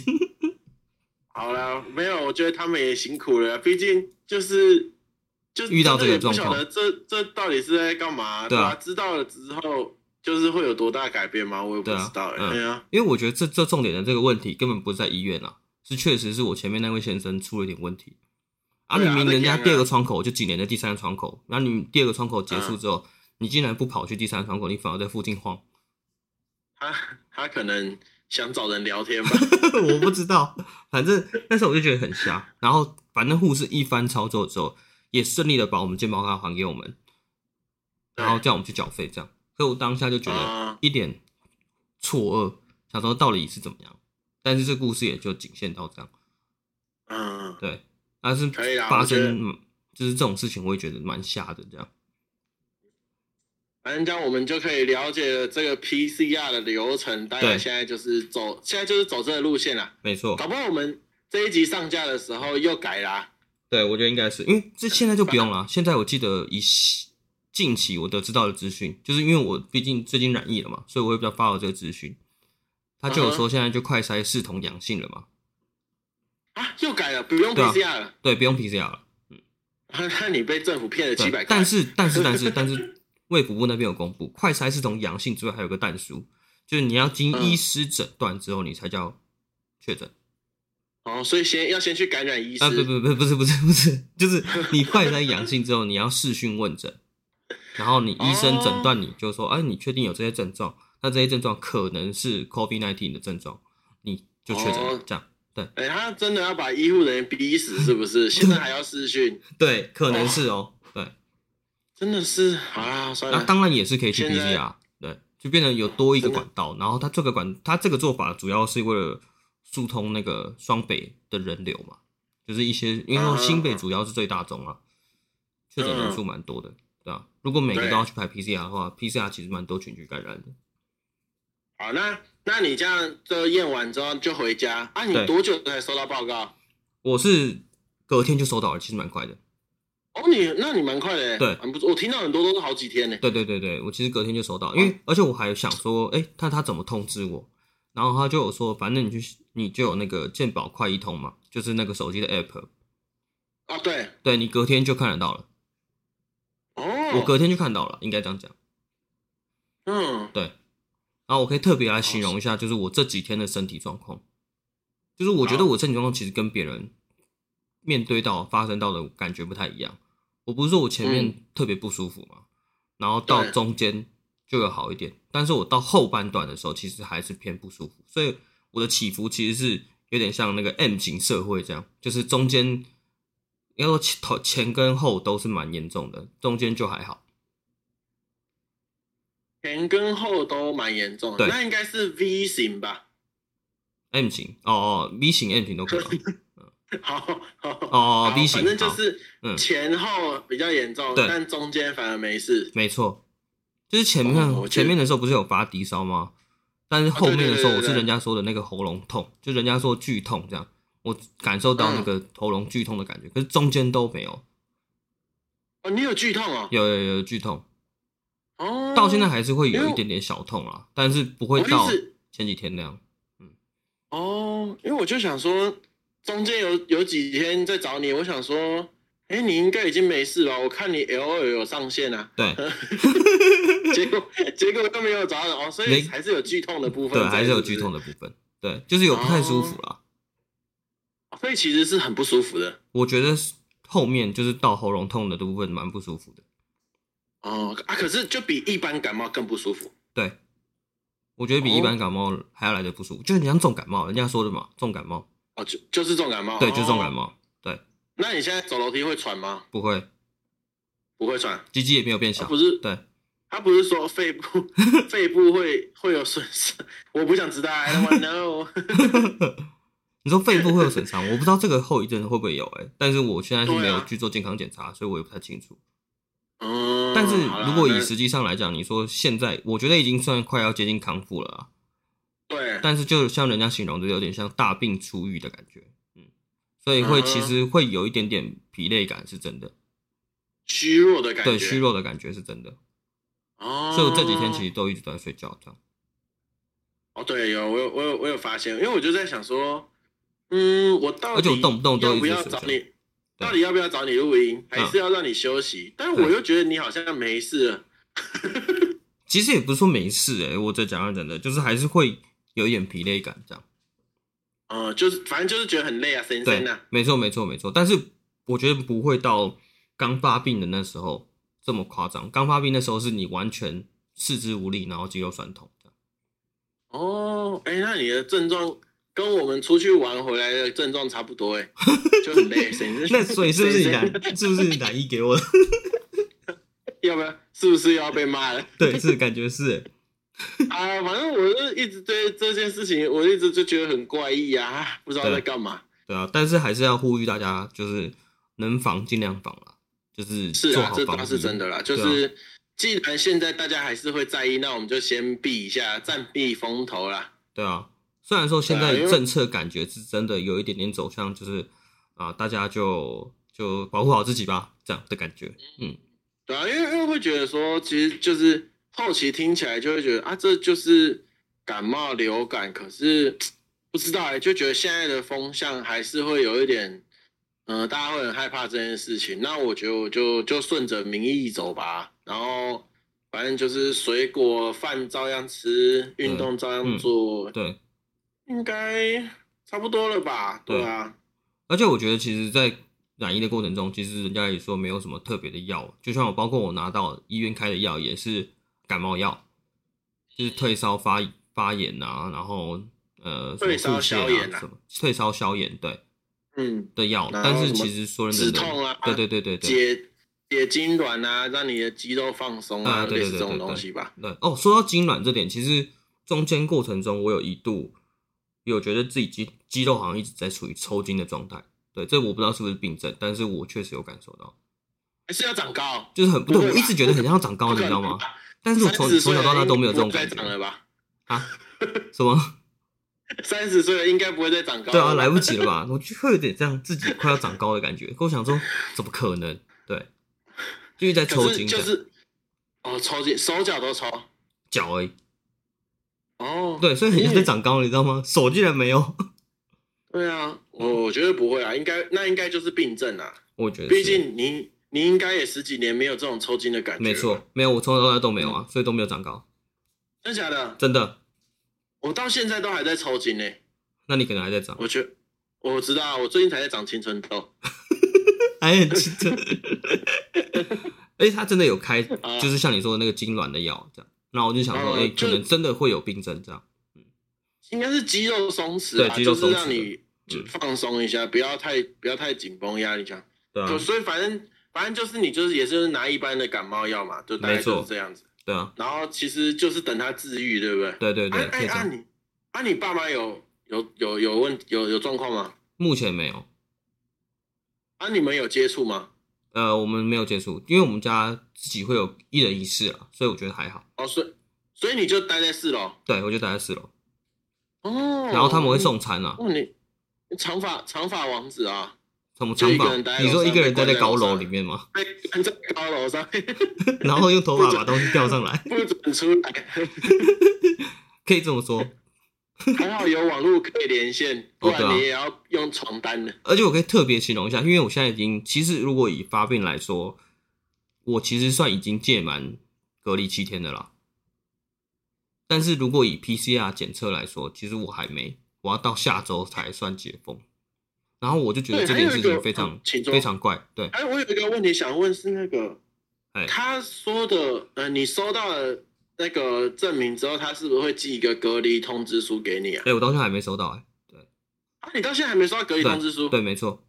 Speaker 2: 好啦，没有，我觉得他们也辛苦了，毕竟就是就
Speaker 1: 遇到这个
Speaker 2: 真的也不
Speaker 1: 状
Speaker 2: 晓
Speaker 1: 况
Speaker 2: 得这这到底是在干嘛？
Speaker 1: 对啊
Speaker 2: 吧知道了之后就是会有多大改变吗？我也不
Speaker 1: 对啊
Speaker 2: 知道、欸。
Speaker 1: 嗯
Speaker 2: 对啊，
Speaker 1: 因为我觉得这这重点的这个问题根本不是在医院啊，是确实是我前面那位先生出了一点问题啊！
Speaker 2: 对
Speaker 1: 你
Speaker 2: 啊
Speaker 1: 明人
Speaker 2: 那
Speaker 1: 家
Speaker 2: 当然
Speaker 1: 第二个窗口就几年的第三个窗口，那你第二个窗口结
Speaker 2: 嗯
Speaker 1: 束之后，你竟然不跑去第三个窗口，你反而在附近晃，
Speaker 2: 他他可能想找人 聊天吧。
Speaker 1: 我不知道，反正那时候我就觉得很瞎。然后反正护士一番操作之后，也顺利的把我们健保卡还给我们，然后叫我们去缴费这样。所以我当下就觉得
Speaker 2: 啊，
Speaker 1: 一点错愕，想说到底是怎么样。但是这故事也就仅限到这样。
Speaker 2: 嗯，
Speaker 1: 对，但是
Speaker 2: 可以啦
Speaker 1: 发
Speaker 2: 啊我觉得
Speaker 1: 生嗯就是这种事情，我也觉得蛮吓的。这样，
Speaker 2: 反正这样我们就可以了解了这个 PCR 的流程，大概
Speaker 1: 对哦
Speaker 2: 现在就是走，现在就是走这个路线啦。
Speaker 1: 没错
Speaker 2: 搞，不好我们这一集上架的时候又改啦。
Speaker 1: 对我觉得应该是因为这现在就不用了。啊现在我记得以西近期我得知到的资讯，就是因为我毕竟最近染疫了嘛，所以我会比较 follow 这个资讯。他就有
Speaker 2: 嗯
Speaker 1: 说现在就快筛视同阳性了嘛，
Speaker 2: 啊，又改了，不用
Speaker 1: 对啊
Speaker 2: PCR 了。
Speaker 1: 对，不用 PCR 了。
Speaker 2: 那你被政府骗了七百
Speaker 1: 对啊
Speaker 2: 块，，
Speaker 1: 但是但是但是但是，卫福部那边有公布，快筛是从阳性之外还有个淡书，就是你要经
Speaker 2: 嗯
Speaker 1: 医师诊断之后，你才叫确诊。
Speaker 2: 哦，所以先要先去感染医师。
Speaker 1: 啊，不不不，不是不是不是，就是你快筛阳性之后，你要视讯问诊，然后你医生诊断你就说，哎、你确定有这些症状，那这些症状可能是 COVID nineteen 的症状，你就确诊了，
Speaker 2: 哦
Speaker 1: 这样
Speaker 2: 哎、他真的要把医护人员 逼死是不是？现在还要试训，
Speaker 1: 对，可能是哦，对，
Speaker 2: 真的是好啦，算
Speaker 1: 那
Speaker 2: 了。
Speaker 1: 啊当然也是可以去
Speaker 2: 现在
Speaker 1: PCR，对，就变成有多一个
Speaker 2: 真的
Speaker 1: 管道，然后它这个管，它这个做法主要是为了疏通那个双北的人流嘛，就是一些因
Speaker 2: 啊
Speaker 1: 为新北主要是最大宗啊，确诊人数蛮多的，对啊，如果每个
Speaker 2: 嗯对
Speaker 1: 都要去排 PCR 的话，PCR 其实蛮多群聚感染的，
Speaker 2: 好，那那你这样就验完之后就回家啊？你
Speaker 1: 对
Speaker 2: 多久才收到报告？
Speaker 1: 我是隔天就收到了，其实蛮快的，
Speaker 2: 哦，你那你蛮快的、欸，
Speaker 1: 对
Speaker 2: 蛮不错。我听到很多都是好几天呢、
Speaker 1: 对对对对，我其实隔天就收到，因为而且我还想说，哎、他他怎么通知我？然后他就有说，反正你去你就有那个健保快易通嘛，就是那个手机的 app，
Speaker 2: 哦，对，
Speaker 1: 对你隔天就看得到了，
Speaker 2: 哦，
Speaker 1: 我隔天就看到了，应该这样讲。
Speaker 2: 嗯，
Speaker 1: 然后我可以特别来形容一下，就是我这几天的身体状况，就是我觉得我身体状况其实跟别人面对到发生到的感觉不太一样。我不是说我前面特别不舒服嘛，然后到
Speaker 2: 对
Speaker 1: 中间就有好一点，但是我到后半段的时候，其实还是偏不舒服，所以我的起伏其实是有点像那个 M 型社会这样，就是中间要说前头前跟后都是蛮严重的，中间就还好。
Speaker 2: 前跟后都蛮严重的，
Speaker 1: 对
Speaker 2: 那应该是 V 型吧？
Speaker 1: M 型哦哦，V 型 M 型都可 以。
Speaker 2: 好，好，
Speaker 1: 哦
Speaker 2: 好
Speaker 1: V 型
Speaker 2: 反正就
Speaker 1: 好
Speaker 2: 是
Speaker 1: 嗯
Speaker 2: 前后比较严重，
Speaker 1: 对
Speaker 2: 但中间反而没事。
Speaker 1: 没错，就是前面、
Speaker 2: 哦我觉得
Speaker 1: 前面的时候不是有发低烧吗？但是后面的时候，
Speaker 2: 啊对对对
Speaker 1: 我
Speaker 2: 对
Speaker 1: 是人家说的那个喉咙痛，就人家说剧痛这样，我感受到
Speaker 2: 嗯
Speaker 1: 那个喉咙剧痛的感觉，可是中间都没有，
Speaker 2: 哦，你有剧痛哦？
Speaker 1: 有有有剧痛，
Speaker 2: 哦，
Speaker 1: 到现在还是会
Speaker 2: 因为
Speaker 1: 有
Speaker 2: 我
Speaker 1: 一点点小痛啦，但是不会
Speaker 2: 我一
Speaker 1: 到
Speaker 2: 直
Speaker 1: 前几天那样。
Speaker 2: 哦，因为我就想说，中间有有几天在找你，我想说，哎、你应该已经没事吧？我看你 L 二有上 线啊，
Speaker 1: 对
Speaker 2: 结果结果都没有找到哦，所以
Speaker 1: 没
Speaker 2: 还是有剧痛的部分，
Speaker 1: 对，还是有剧痛
Speaker 2: 的，
Speaker 1: 的部分，对，就是有不太舒
Speaker 2: 哦
Speaker 1: 服啦。
Speaker 2: 所以其实是很不舒服的。
Speaker 1: 我觉得后面就是到喉咙痛的部分蛮不舒服的，
Speaker 2: 哦啊，可是就比一般感冒更不舒服。
Speaker 1: 对。我觉得比一
Speaker 2: 哦
Speaker 1: 般感冒还要来的不舒服，就很像重感冒，人家说的嘛，重感冒。
Speaker 2: 哦，就就是重感冒。
Speaker 1: 对，就是重感
Speaker 2: 冒。
Speaker 1: 冒。对，
Speaker 2: 那你现在走楼梯会喘吗？
Speaker 1: 不会，
Speaker 2: 不会喘，
Speaker 1: 鸡鸡也没有变
Speaker 2: 他
Speaker 1: 小，
Speaker 2: 啊不是
Speaker 1: 对，
Speaker 2: 他不是说 肺部肺部会会有损伤，我不想知道，I don't wanna know。
Speaker 1: 你说肺部会有损伤，我不知道这个后遗症会不会有哎、但是我现在是没
Speaker 2: 对
Speaker 1: 有
Speaker 2: 啊
Speaker 1: 去做健康检查，所以我也不太清楚。
Speaker 2: 嗯，
Speaker 1: 但是
Speaker 2: 好啦
Speaker 1: 如果以
Speaker 2: 那
Speaker 1: 实际上来讲，你说现在我觉得已经算快要接近康复了啊，
Speaker 2: 对，
Speaker 1: 但是就像人家形容的，有点像大病初愈的感觉，嗯，所以会
Speaker 2: 嗯哼
Speaker 1: 其实会有一点点疲累感是真的，
Speaker 2: 虚弱的感觉，
Speaker 1: 对虚。弱的感觉是真的，
Speaker 2: 哦，
Speaker 1: 所以我这几天其实都一直都在睡觉这样，
Speaker 2: 哦，对，有我有我有我有发现，因为我就在想说，嗯，我到底
Speaker 1: 而且我动不动都
Speaker 2: 要
Speaker 1: 一
Speaker 2: 不
Speaker 1: 直
Speaker 2: 要
Speaker 1: 睡
Speaker 2: 找
Speaker 1: 觉
Speaker 2: 你？到底要不要找你录音，还
Speaker 1: 嗯
Speaker 2: 是要让你休息？但是我
Speaker 1: 对
Speaker 2: 又觉得你好像没事了。
Speaker 1: 其实也不是说没事诶、欸我这讲认真的，就是还是会有一点疲累感这样，
Speaker 2: 嗯，就是反正就是觉得很累啊，神
Speaker 1: 对
Speaker 2: 神啊，，
Speaker 1: 没错没错没错，但是我觉得不会到刚发病的那时候这么夸张，刚发病那时候是你完全四肢无力，然后肌肉酸痛这样。
Speaker 2: 哦，哎、那你的症状跟我们出去玩回来的症状差不多、欸，哎，就很累。谁知
Speaker 1: 那所以是不是你
Speaker 2: 谁
Speaker 1: 拿
Speaker 2: 知？
Speaker 1: 是不是你拿一给我的？
Speaker 2: 要不要？是不是又要被骂了？
Speaker 1: 对，是感觉是欸。
Speaker 2: 啊、反正我就一直对这件事情，我一直就觉得很怪异啊，不知道
Speaker 1: 对
Speaker 2: 在干嘛。
Speaker 1: 对啊，但是还是要呼吁大家，就是能防尽量防啦，就是
Speaker 2: 是
Speaker 1: 做
Speaker 2: 啊
Speaker 1: 好，
Speaker 2: 这
Speaker 1: 防
Speaker 2: 倒是真的啦，
Speaker 1: 对
Speaker 2: 就
Speaker 1: 啊
Speaker 2: 是。既然现在大家还是会在意，那我们就先避一下，暂避风头啦。
Speaker 1: 对啊，虽然说现在
Speaker 2: 对啊因为
Speaker 1: 政策感觉是真的有一点点走向，就是啊、大家就就保护好自己吧，这样的感觉。嗯，
Speaker 2: 对啊，因为因为会觉得说，其实就是后期听起来就会觉得啊，这就是感冒流感，可是不知道哎、就觉得现在的风向还是会有一点，嗯、大家会很害怕这件事情。那我觉得我就就顺着民意走吧，然后反正就是水果饭照样吃，
Speaker 1: 嗯
Speaker 2: 运动照样做，
Speaker 1: 对。
Speaker 2: 应该差不多了吧？
Speaker 1: 嗯
Speaker 2: 对啊，
Speaker 1: 而且我觉得，其实，在染疫的过程中，其实人家也说没有什么特别的药，就像我，包括我拿到医院开的药也是感冒药，就是退烧发发炎啊，然后呃，什么
Speaker 2: 退烧
Speaker 1: 腹泻
Speaker 2: 消炎
Speaker 1: 啊，
Speaker 2: 啊
Speaker 1: 什么退烧消炎对
Speaker 2: 嗯，
Speaker 1: 的药，
Speaker 2: 然后
Speaker 1: 但是
Speaker 2: 什么
Speaker 1: 其实说认真
Speaker 2: 止痛
Speaker 1: 的
Speaker 2: 啊，
Speaker 1: 对对对对对。
Speaker 2: 解解痉挛啊，让你的肌肉放松
Speaker 1: 啊
Speaker 2: 啊，
Speaker 1: 对
Speaker 2: 类似
Speaker 1: 对对
Speaker 2: 这种
Speaker 1: 对
Speaker 2: 东
Speaker 1: 对
Speaker 2: 西吧。
Speaker 1: 对哦，说到痉挛这点，其实中间过程中，我有一度有觉得自己肌肌肉好像一直在处于抽筋的状态。对，这我不知道是不是病症，但是我确实有感受到，
Speaker 2: 还是要长高，
Speaker 1: 就是很不
Speaker 2: 不会
Speaker 1: 对，我
Speaker 2: 吧
Speaker 1: 一直觉得很像长高，
Speaker 2: 不
Speaker 1: 你
Speaker 2: 可
Speaker 1: 知道
Speaker 2: 能
Speaker 1: 吗？
Speaker 2: 吧？
Speaker 1: 但是我从
Speaker 2: 30
Speaker 1: 从小到大都没有这种
Speaker 2: 岁
Speaker 1: 感
Speaker 2: 应该不会
Speaker 1: 觉
Speaker 2: 再长了吧？
Speaker 1: 啊，什么？
Speaker 2: 三十岁了应该不会再长高。
Speaker 1: 对啊，来不及了吧？我就会有点这样，自己快要长高的感觉。可我想说，怎么可能？对，就是在抽
Speaker 2: 可是
Speaker 1: 筋
Speaker 2: 就
Speaker 1: 的
Speaker 2: 是哦，抽筋，手脚都抽。
Speaker 1: 脚而已。
Speaker 2: 哦，
Speaker 1: 对，所以很像
Speaker 2: 因
Speaker 1: 在
Speaker 2: 为
Speaker 1: 长高，你知道吗？手竟然没有，
Speaker 2: 对啊，我我觉得不会啊，应该那应该就是病症啊，
Speaker 1: 我觉得是
Speaker 2: 毕竟你你应该也十几年没有这种抽筋的感觉，
Speaker 1: 没错，，没有，我从小到大都没有啊，所以都没有长高，
Speaker 2: 真假的？
Speaker 1: 真的。
Speaker 2: 我到现在都还在抽筋呢、
Speaker 1: 那你可能还在长，
Speaker 2: 我觉我知道，啊我最近才在长青春痘，
Speaker 1: 还很青春。 而且哎他真的有开，就是像你说的那个痉挛的药这样。那我就想说，
Speaker 2: 哎哦
Speaker 1: 哎、
Speaker 2: 就
Speaker 1: 可能真的会有病症这样。
Speaker 2: 应该是肌肉松弛
Speaker 1: 对
Speaker 2: 啊，
Speaker 1: 肌肉
Speaker 2: 就
Speaker 1: 松
Speaker 2: 是
Speaker 1: 弛
Speaker 2: 让你就
Speaker 1: 嗯
Speaker 2: 放松一下，不要太不要太紧绷压力这样。
Speaker 1: 对啊
Speaker 2: 就，所以反正反正就是你就是也是拿一般的感冒药嘛，就大概
Speaker 1: 没错
Speaker 2: 就是这样子。
Speaker 1: 对啊，
Speaker 2: 然后其实就是等它治愈，对不对？
Speaker 1: 对对对，
Speaker 2: 哎
Speaker 1: 可
Speaker 2: 哎
Speaker 1: 以这
Speaker 2: 啊
Speaker 1: 样。
Speaker 2: 你啊你爸妈有有有有问有有状况吗？
Speaker 1: 目前没有，
Speaker 2: 啊你们有接触吗？
Speaker 1: 呃，我们没有接触，因为我们家自己会有一人一室啊，所以我觉得还好。
Speaker 2: 哦，所以所以你就待在四楼
Speaker 1: 对，我就待在四楼，
Speaker 2: 哦。
Speaker 1: 然后他们会送餐啊，
Speaker 2: 哦你你长发长发王子啊，
Speaker 1: 什么
Speaker 2: 就
Speaker 1: 长
Speaker 2: 一个
Speaker 1: 发
Speaker 2: 人待？在
Speaker 1: 你说
Speaker 2: 楼
Speaker 1: 一
Speaker 2: 上
Speaker 1: 个人待在
Speaker 2: 关在
Speaker 1: 高
Speaker 2: 楼
Speaker 1: 楼
Speaker 2: 上
Speaker 1: 里面吗？
Speaker 2: 被关在高楼上
Speaker 1: 然后用头发把东西吊上来，
Speaker 2: 不准出来，
Speaker 1: 可以这么说。
Speaker 2: 还好有网络可以连线，不
Speaker 1: 哦对啊
Speaker 2: 然你也要用床单的。
Speaker 1: 而且我可以特别形容一下，因为我现在已经，其实如果以发病来说，我其实算已经届满隔离七天的啦。但是如果以 PCR 检测来说，其实我还没，我要到下周才算解封。然后我就觉得
Speaker 2: 对
Speaker 1: 这件
Speaker 2: 还有
Speaker 1: 事
Speaker 2: 一个
Speaker 1: 情非常
Speaker 2: 嗯请说
Speaker 1: 非常怪，对，
Speaker 2: 哎，我有一个问题想问，是那个
Speaker 1: 哎，
Speaker 2: 他说的，呃，你收到了那个证明之后，他是不是会寄一个隔离通知书给你啊？
Speaker 1: 哎，我到现在还没收到、哎，
Speaker 2: 啊，你到现在还没收到隔离通知书？
Speaker 1: 对，没错，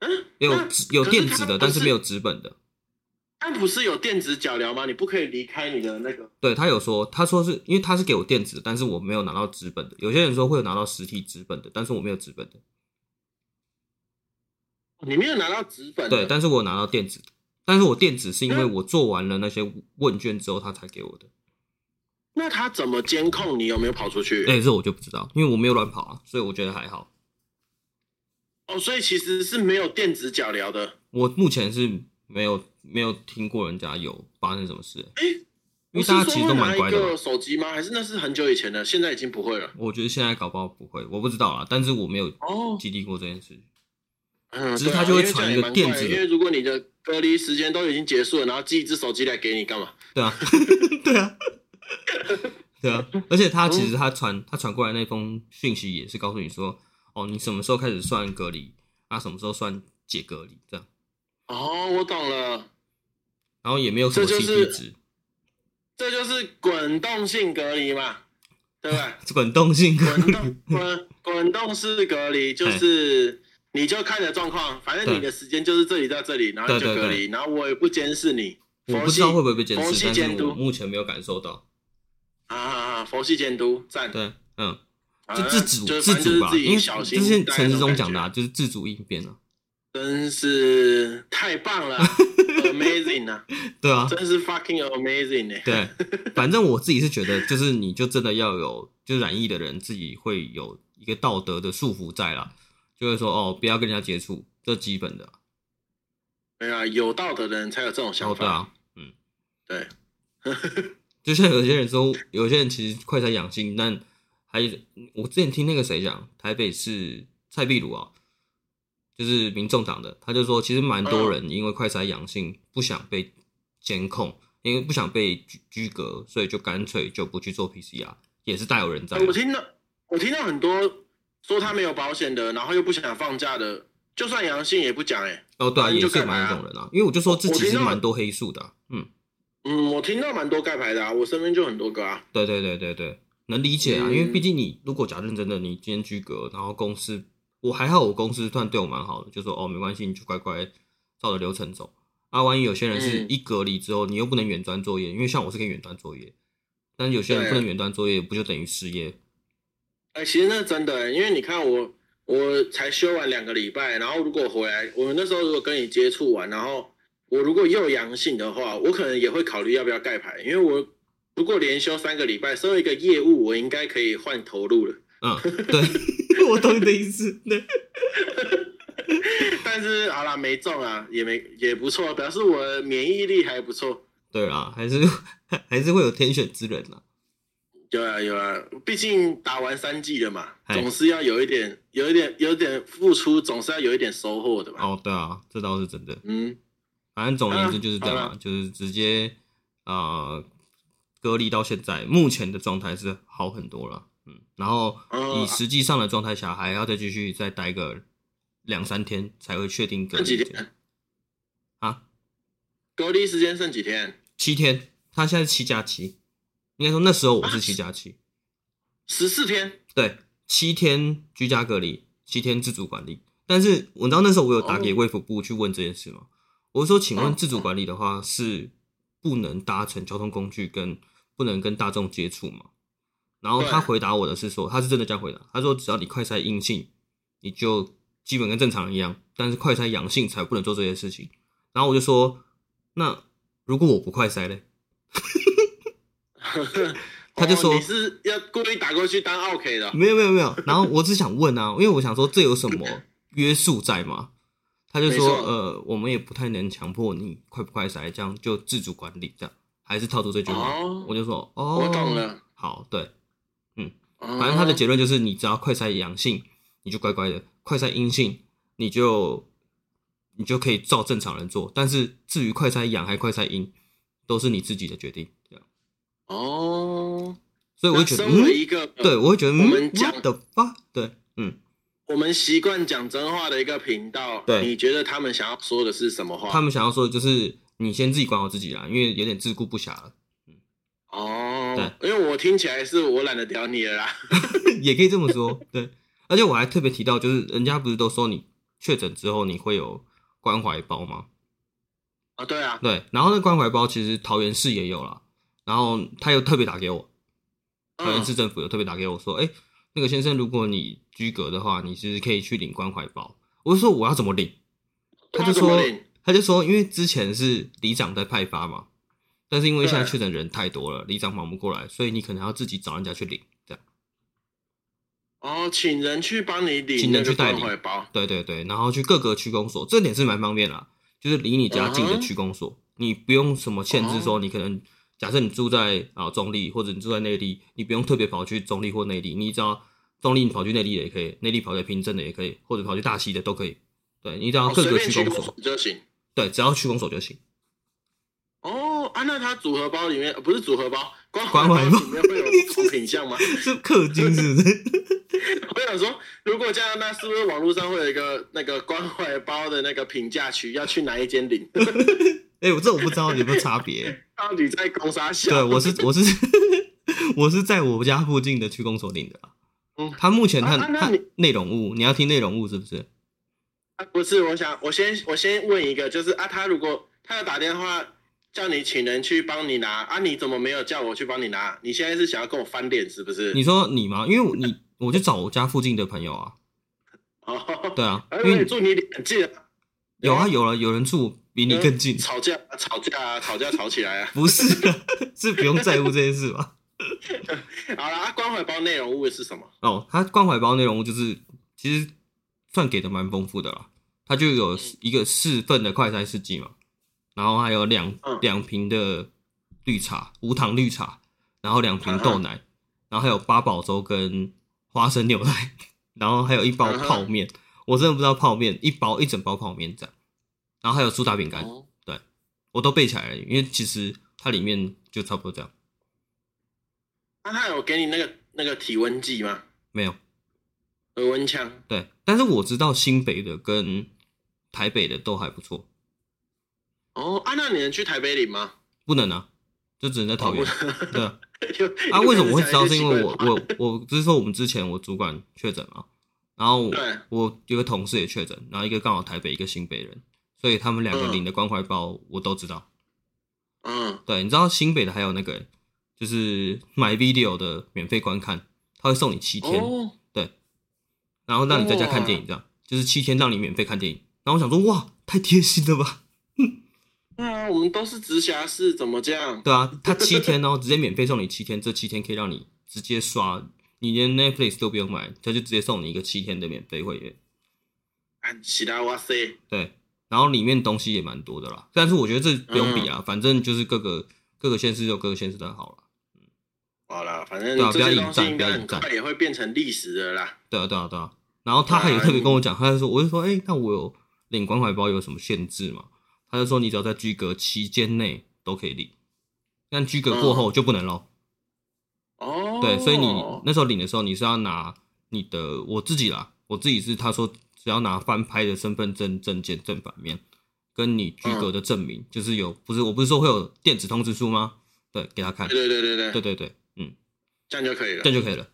Speaker 2: 嗯，
Speaker 1: 有
Speaker 2: 那
Speaker 1: 纸有
Speaker 2: 可是
Speaker 1: 电
Speaker 2: 它
Speaker 1: 子的，
Speaker 2: 不
Speaker 1: 但是
Speaker 2: 是
Speaker 1: 没有纸本的。
Speaker 2: 但不是有电子脚镣吗？你不可以离开你的那个。
Speaker 1: 对他有说，他说是因为他是给我电子的，但是我没有拿到纸本的。有些人说会有拿到实体纸本的，但是我没有纸本的。
Speaker 2: 你没有拿到纸本的，
Speaker 1: 对，但是我有拿到电子的，但是我电子是因
Speaker 2: 嗯
Speaker 1: 为我做完了那些问卷之后，他才给我的。
Speaker 2: 那他怎么监控你有没有跑出去？
Speaker 1: 哎、这我就不知道，因为我没有乱跑啊，所以我觉得还好。
Speaker 2: 哦，所以其实是没有电子脚镣的。
Speaker 1: 我目前是没有没有听过人家有发生什么事、
Speaker 2: 哎
Speaker 1: 因
Speaker 2: 你
Speaker 1: 为
Speaker 2: 是
Speaker 1: 大家
Speaker 2: 说
Speaker 1: 其实都
Speaker 2: 会拿
Speaker 1: 蛮
Speaker 2: 一
Speaker 1: 乖的嘛
Speaker 2: 个。手机吗？还是那是很久以前的？现在已经不会了。
Speaker 1: 我觉得现在搞不好不会，我不知道啦，但是我没有
Speaker 2: 哦，
Speaker 1: 经历过这件事。
Speaker 2: 嗯，
Speaker 1: 只是
Speaker 2: 对啊
Speaker 1: 他就会
Speaker 2: 因为这样
Speaker 1: 传一
Speaker 2: 也
Speaker 1: 个
Speaker 2: 蛮
Speaker 1: 电
Speaker 2: 怪
Speaker 1: 子的
Speaker 2: 因为如果你的隔离时间都已经结束了，然后寄一只手机来给你干嘛？
Speaker 1: 对啊， 对啊，对啊，而且他其实他传他传过来那封讯息也是告诉你说，哦，你什么时候开始算隔离，啊，什么时候算解隔离，这样，
Speaker 2: 哦，我懂了，
Speaker 1: 然后也没有什么
Speaker 2: 这就
Speaker 1: CT 值，
Speaker 2: 是这就是滚动性隔离嘛，对吧？
Speaker 1: 滚动性啊隔
Speaker 2: 滚
Speaker 1: 离，
Speaker 2: 动滚滚动式隔离就是你就看着状况，反正你的时间就是这里到这里，然后你就
Speaker 1: 对对
Speaker 2: 隔
Speaker 1: 对
Speaker 2: 离，然后我也不监视你，
Speaker 1: 我
Speaker 2: 佛
Speaker 1: 不知
Speaker 2: 系
Speaker 1: 道会不会被监
Speaker 2: 佛
Speaker 1: 视，
Speaker 2: 系
Speaker 1: 但
Speaker 2: 监
Speaker 1: 是我
Speaker 2: 督
Speaker 1: 目前没有感受到。
Speaker 2: 啊啊啊！佛系监督赞，
Speaker 1: 对，嗯，
Speaker 2: 啊
Speaker 1: 就自主、
Speaker 2: 就是
Speaker 1: 自
Speaker 2: 反正
Speaker 1: 主
Speaker 2: 就是
Speaker 1: 吧，
Speaker 2: 自
Speaker 1: 因为
Speaker 2: 己
Speaker 1: 就
Speaker 2: 小
Speaker 1: 是
Speaker 2: 心。
Speaker 1: 陈志忠
Speaker 2: 忠
Speaker 1: 讲的、啊，，就是自主应变啊。
Speaker 2: 真是太 棒了，amazing 啊，
Speaker 1: 对啊，
Speaker 2: 真是 fucking amazing 哎、
Speaker 1: 对，反正我自己是觉得，就是你就真的要有，就染疫的人自己会有一个道德的束缚在啦，就会说哦，不要跟人家接触，这基本的。
Speaker 2: 对啊，有道德的人才有这种
Speaker 1: 然后
Speaker 2: 想
Speaker 1: 对
Speaker 2: 法，
Speaker 1: 啊，
Speaker 2: 对
Speaker 1: 就像有些人说，有些人其实快餐养性，但还我之前听那个谁讲，台北市蔡壁如啊，就是民众党的，他就说其实蛮多人因为快餐阳性不想被监控，因为不想被居居隔，所以就干脆就不去做 PCR，也是大有人在啊、
Speaker 2: 哎我听到我听到很多说他没有保险的，然后又不想放假的，就算阳性也不讲哎、
Speaker 1: 哦，对啊，
Speaker 2: 反正
Speaker 1: 也
Speaker 2: 就是
Speaker 1: 有
Speaker 2: 干嘛
Speaker 1: 蛮
Speaker 2: 啊
Speaker 1: 多这种人啊，因为我就说这
Speaker 2: 我
Speaker 1: 其
Speaker 2: 听
Speaker 1: 实
Speaker 2: 到
Speaker 1: 蛮多黑数的啊、嗯，
Speaker 2: 嗯，我听到蛮多盖牌的啊，我身边就很多个啊。
Speaker 1: 对对对对对，能理解啊，
Speaker 2: 嗯
Speaker 1: 因为毕竟你如果假认真的，你今天居隔，然后公司，我还好，我公司算对我蛮好的，就说哦没关系，你就乖乖照着流程走。啊，万一有些人是
Speaker 2: 嗯
Speaker 1: 一隔离之后，你又不能远端作业，因为像我是可以远端作业，但是有些人
Speaker 2: 对
Speaker 1: 不能远端作业，不就等于失业？
Speaker 2: 哎、其实那是真的欸、因为你看我，我才休完两个礼拜，然后如果回来，我那时候如果跟你接触完，然后我如果又阳性的话，我可能也会考虑要不要盖牌，因为我如果连休三个礼拜，身为一个业务，我应该可以换投入了。
Speaker 1: 嗯，对， 我懂你的意思。对，
Speaker 2: 但是好啦，没中啊，也没也不错，表示我的免疫力还不错。
Speaker 1: 对啦，还是 还是会有天选之人啊。
Speaker 2: 有啊有啊，毕竟打完三季了嘛，
Speaker 1: 哎
Speaker 2: 总是要有一点，有一点，有点付出，总是要有一点收获的嘛。
Speaker 1: 哦，对啊，这倒是真的。
Speaker 2: 嗯，
Speaker 1: 反正总而言之就是这样
Speaker 2: 好
Speaker 1: 啊，就是直接呃隔离到现在，目前的状态是好很多了，嗯，然后
Speaker 2: 嗯
Speaker 1: 以实际上的状态下，还要再继续再待个两三天才会确定隔
Speaker 2: 剩几
Speaker 1: 离
Speaker 2: 天？
Speaker 1: 啊，
Speaker 2: 隔离时间剩几天？
Speaker 1: 七天，他现在是七加七，应该说那时候我
Speaker 2: 啊
Speaker 1: 是七加七，
Speaker 2: 十四天。
Speaker 1: 对，七天居家隔离，七天自主管理。但是我知道那时候我有打给卫福部去问这件事嘛，我说请问
Speaker 2: 哦嗯
Speaker 1: 自主管理的话是不能搭乘交通工具跟不能跟大众接触嘛？然后他
Speaker 2: 对
Speaker 1: 回答我的是说，他是真的这样回答，他说只要你快筛阴性，你就基本跟正常人一样，但是快筛阳性才不能做这些事情。然后我就说，那如果我不快筛嘞？ 他就说
Speaker 2: 哦、你是要故意打过去当 OK 的哦，
Speaker 1: 没有没有没有。然后我只想问啊，因为我想说这有什么约束在吗？他就
Speaker 2: 没
Speaker 1: 说
Speaker 2: 错
Speaker 1: 呃，我们也不太能强迫你快不快筛，这样就自主管理这样，还是套出这句话。
Speaker 2: 哦
Speaker 1: 我就说哦，
Speaker 2: 我懂。了。嗯
Speaker 1: 好，对，
Speaker 2: 反
Speaker 1: 反正他的结论就是，你只要快筛阳性，你就乖乖的；快筛阴性，你就你就可以照正常人做。但是至于快筛阳还快筛阴，都是你自己的决定。这样，
Speaker 2: 哦，
Speaker 1: 所以我会
Speaker 2: 那
Speaker 1: 觉得，
Speaker 2: 身为
Speaker 1: 嗯，
Speaker 2: 一个
Speaker 1: 对，我会觉得，
Speaker 2: 我们
Speaker 1: 嗯，
Speaker 2: 讲
Speaker 1: 的吧，对，嗯。
Speaker 2: 我们习惯讲真话的一个频道，
Speaker 1: 对
Speaker 2: 你觉得他们想要说的是什么话？
Speaker 1: 他们想要说的就是你先自己管好自己啦，因为有点自顾不暇了，
Speaker 2: 哦，因为我听起来是我懒得屌你了啦。
Speaker 1: 也可以这么说。对，而且我还特别提到，就是人家不是都说你确诊之后，你会有关怀包吗？
Speaker 2: 啊，对啊，
Speaker 1: 对，然后那关怀包其实桃园市也有啦，然后他又特别打给我，桃园
Speaker 2: 嗯
Speaker 1: 市政府有特别打给我说，哎、那个先生，如果你居隔的话，你其实可以去领关怀包。我就说我要怎么领？他就
Speaker 2: 不知道怎么
Speaker 1: 说
Speaker 2: 领
Speaker 1: 他就说，因为之前是里长在派发嘛，但是因为现在
Speaker 2: 对
Speaker 1: 确诊人太多了，里长忙不过来，所以你可能要自己找人家去领。这样，
Speaker 2: 哦，请人去帮你领
Speaker 1: 请
Speaker 2: 那
Speaker 1: 人
Speaker 2: 个
Speaker 1: 去代
Speaker 2: 关
Speaker 1: 理
Speaker 2: 怀包。
Speaker 1: 对对对，然后去各个区公所，这点是蛮方便啦，就是离你家近的
Speaker 2: 嗯哼
Speaker 1: 区公所，你不用什么限制
Speaker 2: 哦
Speaker 1: 说你可能。假设你住在啊、中立，或者你住在内地，你不用特别跑去中立或内地，你只要中立你跑去内地的也可以，内地跑去平镇的也可以，或者跑去大溪的都可以。对你只要
Speaker 2: 哦，
Speaker 1: 各
Speaker 2: 随
Speaker 1: 个
Speaker 2: 便
Speaker 1: 区
Speaker 2: 去
Speaker 1: 公
Speaker 2: 公
Speaker 1: 所，
Speaker 2: 所就行。
Speaker 1: 对，只要区公所就行。
Speaker 2: 哦，啊，那它组合包里面呃不是组合包，关
Speaker 1: 关怀包
Speaker 2: 包里面会有不同品相吗？
Speaker 1: 是氪金是不是？
Speaker 2: 我想说，如果这样，那是不是网络上会有一个那个关怀包的那个评价区，要去哪一间领？
Speaker 1: 哎、我这我不知道有没有差别。
Speaker 2: 到底在攻啥小？
Speaker 1: 对，我是我是 我是在我家附近的区公所领的啦。
Speaker 2: 嗯
Speaker 1: 他目前他
Speaker 2: 啊啊那
Speaker 1: 他
Speaker 2: 你
Speaker 1: 内容物，你要听内容物是不是？
Speaker 2: 啊不是，我想我先我先问一个，就是啊，他如果他要打电话叫你请人去帮你拿啊，你怎么没有叫我去帮你拿？你现在是想要跟我翻脸是不是？
Speaker 1: 你说你吗？因为我你我就找我家附近的朋友啊。
Speaker 2: 哦，
Speaker 1: 对啊，
Speaker 2: 哎，
Speaker 1: 因
Speaker 2: 我
Speaker 1: 为
Speaker 2: 也
Speaker 1: 你
Speaker 2: 祝你脸近啊，
Speaker 1: 有啊有了有人住比你更近，
Speaker 2: 吵架吵架啊，吵架吵起来啊。
Speaker 1: 不是啊 是不用在乎这件事吧？
Speaker 2: 好了，啊，关怀包内容物是什么？
Speaker 1: 哦，他关怀包内容物就是其实算给的蛮丰富的啦，他就
Speaker 2: 嗯
Speaker 1: 有一个四份的快餐试剂嘛，然后还有两
Speaker 2: 嗯
Speaker 1: 两瓶的绿茶，无糖绿茶，然后两瓶
Speaker 2: 嗯
Speaker 1: 豆奶，然后还有八宝粥跟花生牛奶，然后还有一包
Speaker 2: 嗯哼
Speaker 1: 泡面，我真的不知道泡面一包一整包泡面这样，然后还有苏打饼干，
Speaker 2: 哦
Speaker 1: 我都背起来了，因为其实它里面就差不多这样，
Speaker 2: 那、他有给你那个那个体温计吗？
Speaker 1: 没有。
Speaker 2: 额温枪？
Speaker 1: 对，但是我知道新北的跟台北的都还不错，
Speaker 2: 哦，啊，那你能去台北领吗？
Speaker 1: 不能啊，就只能在桃园。
Speaker 2: 哦
Speaker 1: 对 啊，
Speaker 2: 对
Speaker 1: 啊为什么我会知道？是因为我我我不是说我们之前我主管确诊嘛，然后我
Speaker 2: 对
Speaker 1: 我有个同事也确诊，然后一个刚好台北，一个新北人，所以他们两个
Speaker 2: 嗯
Speaker 1: 领的关怀包我都知道。
Speaker 2: 嗯，
Speaker 1: 对，你知道新北的还有那个就是买 video 的免费观看，他会送你七天，
Speaker 2: 哦，
Speaker 1: 然后让你在家看电影，这样就是七天让你免费看电影。然后我想说，哇，太贴心了吧。
Speaker 2: 对啊，我们都是直辖市，怎么这样？
Speaker 1: 对啊，他七天哦，直接免费送你七天，这七天可以让你直接刷，你连 Netflix 都不用买，他就直接送你一个七天的免费会员。
Speaker 2: 啊，其他哇塞，
Speaker 1: 对，然后里面东西也蛮多的啦，但是我觉得这不用比啊，反正就是各个各个县市有各个县市的好了。
Speaker 2: 好啦，反
Speaker 1: 对啊
Speaker 2: 正
Speaker 1: 不
Speaker 2: 这
Speaker 1: 要
Speaker 2: 些
Speaker 1: 引
Speaker 2: 东西
Speaker 1: 战
Speaker 2: 应
Speaker 1: 不要
Speaker 2: 该
Speaker 1: 引
Speaker 2: 很快
Speaker 1: 战
Speaker 2: 也会变成历史的啦。
Speaker 1: 对啊，对啊，对啊。然后他还有特别跟我讲，他就说，我就说，哎、那我有领关怀包有什么限制吗？他就说，你只要在居隔期间内都可以领，但居隔过后就不能喽。
Speaker 2: 哦，
Speaker 1: 对，所以你那时候领的时候，你是要拿你的我自己啦，我自己是他说只要拿翻拍的身份证证件正反面，跟你
Speaker 2: 嗯
Speaker 1: 居格的证明，就是有不是我不是说会有电子通知书吗？对，给他看，
Speaker 2: 对对对对
Speaker 1: 对
Speaker 2: 对，
Speaker 1: 对对，嗯，
Speaker 2: 这样就可以了
Speaker 1: 这。样就可以了。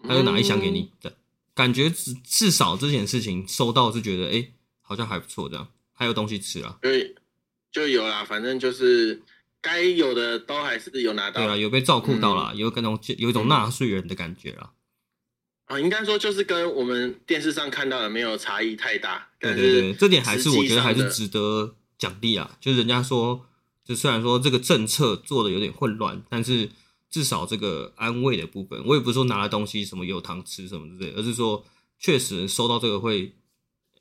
Speaker 1: 他就拿一箱给
Speaker 2: 嗯
Speaker 1: 你，对，感觉至至少这件事情收到是觉得哎、诶好像还不错这样，还有东西吃啊，
Speaker 2: 就就有啦，反正就是该有的都还是有拿到。
Speaker 1: 对啊，有被照顾到
Speaker 2: 嗯
Speaker 1: 啦，有跟种有一种纳税人的感觉啦，
Speaker 2: 啊，应该说就是跟我们电视上看到的没有差异太大。
Speaker 1: 对
Speaker 2: 但
Speaker 1: 对对，
Speaker 2: 是
Speaker 1: 这点还是我觉
Speaker 2: 实际
Speaker 1: 得
Speaker 2: 上
Speaker 1: 还是
Speaker 2: 的
Speaker 1: 值得奖励啊。就是人家说，就虽然说这个政策做的有点混乱，但是至少这个安慰的部分，我也不是说拿了东西什么有糖吃什么之类的，而是说确实收到这个会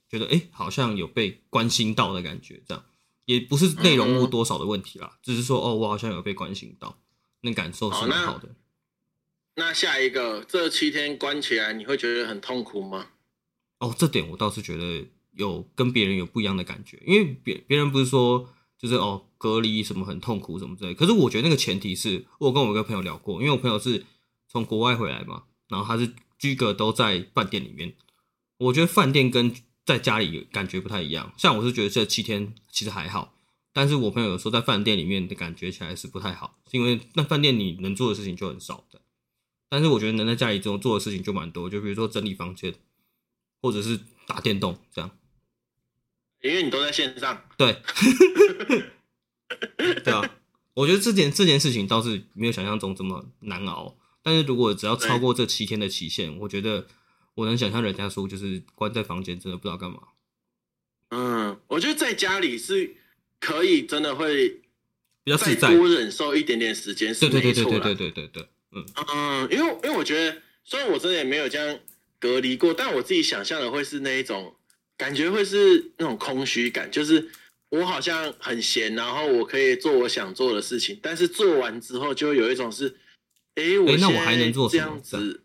Speaker 1: 觉得哎、诶好像有被关心到的感觉，这样也不是内容物
Speaker 2: 嗯
Speaker 1: 多少的问题啦，只是说哦，我好像有被关心到，那感受是
Speaker 2: 好
Speaker 1: 蛮
Speaker 2: 那
Speaker 1: 好的。
Speaker 2: 那下一个这七天关起来，你会觉得很痛苦吗？
Speaker 1: 哦，这点我倒是觉得有跟别人有不一样的感觉，因为别别人不是说就是哦隔离什么很痛苦什么之类的，可是我觉得那个前提是我有跟我一个朋友聊过，因为我朋友是从国外回来嘛，然后他是居隔都在饭店里面，我觉得饭店跟在家里感觉不太一样，像我是觉得这七天其实还好。但是我朋友有时候在饭店里面的感觉起来是不太好，是因为那饭店你能做的事情就很少的。但是我觉得能在家里中做的事情就蛮多，就比如说整理房间，或者是打电动这样。
Speaker 2: 因为你都在线上，
Speaker 1: 对， 对啊，我觉得这件这件事情倒是没有想象中这么难熬。但是如果只要超过这七天的期限，我觉得我能想象人家说就是关在房间真的不知道干嘛。
Speaker 2: 嗯，我觉得在家里是可以真的会
Speaker 1: 比较
Speaker 2: 再
Speaker 1: 自在。
Speaker 2: 多忍受一点点时间是
Speaker 1: 对对对
Speaker 2: 没
Speaker 1: 对
Speaker 2: 错
Speaker 1: 对
Speaker 2: 啦
Speaker 1: 对。对对对，嗯，
Speaker 2: 嗯，因为因为我觉得，虽然我真的也没有这样隔离过，但我自己想象的会是那一种感觉，会是那种空虚感，就是我好像很闲，然后我可以做我想做的事情，但是做完之后就会有一种是，哎，我
Speaker 1: 诶那我
Speaker 2: 现在
Speaker 1: 还能做什
Speaker 2: 这
Speaker 1: 么
Speaker 2: 样子，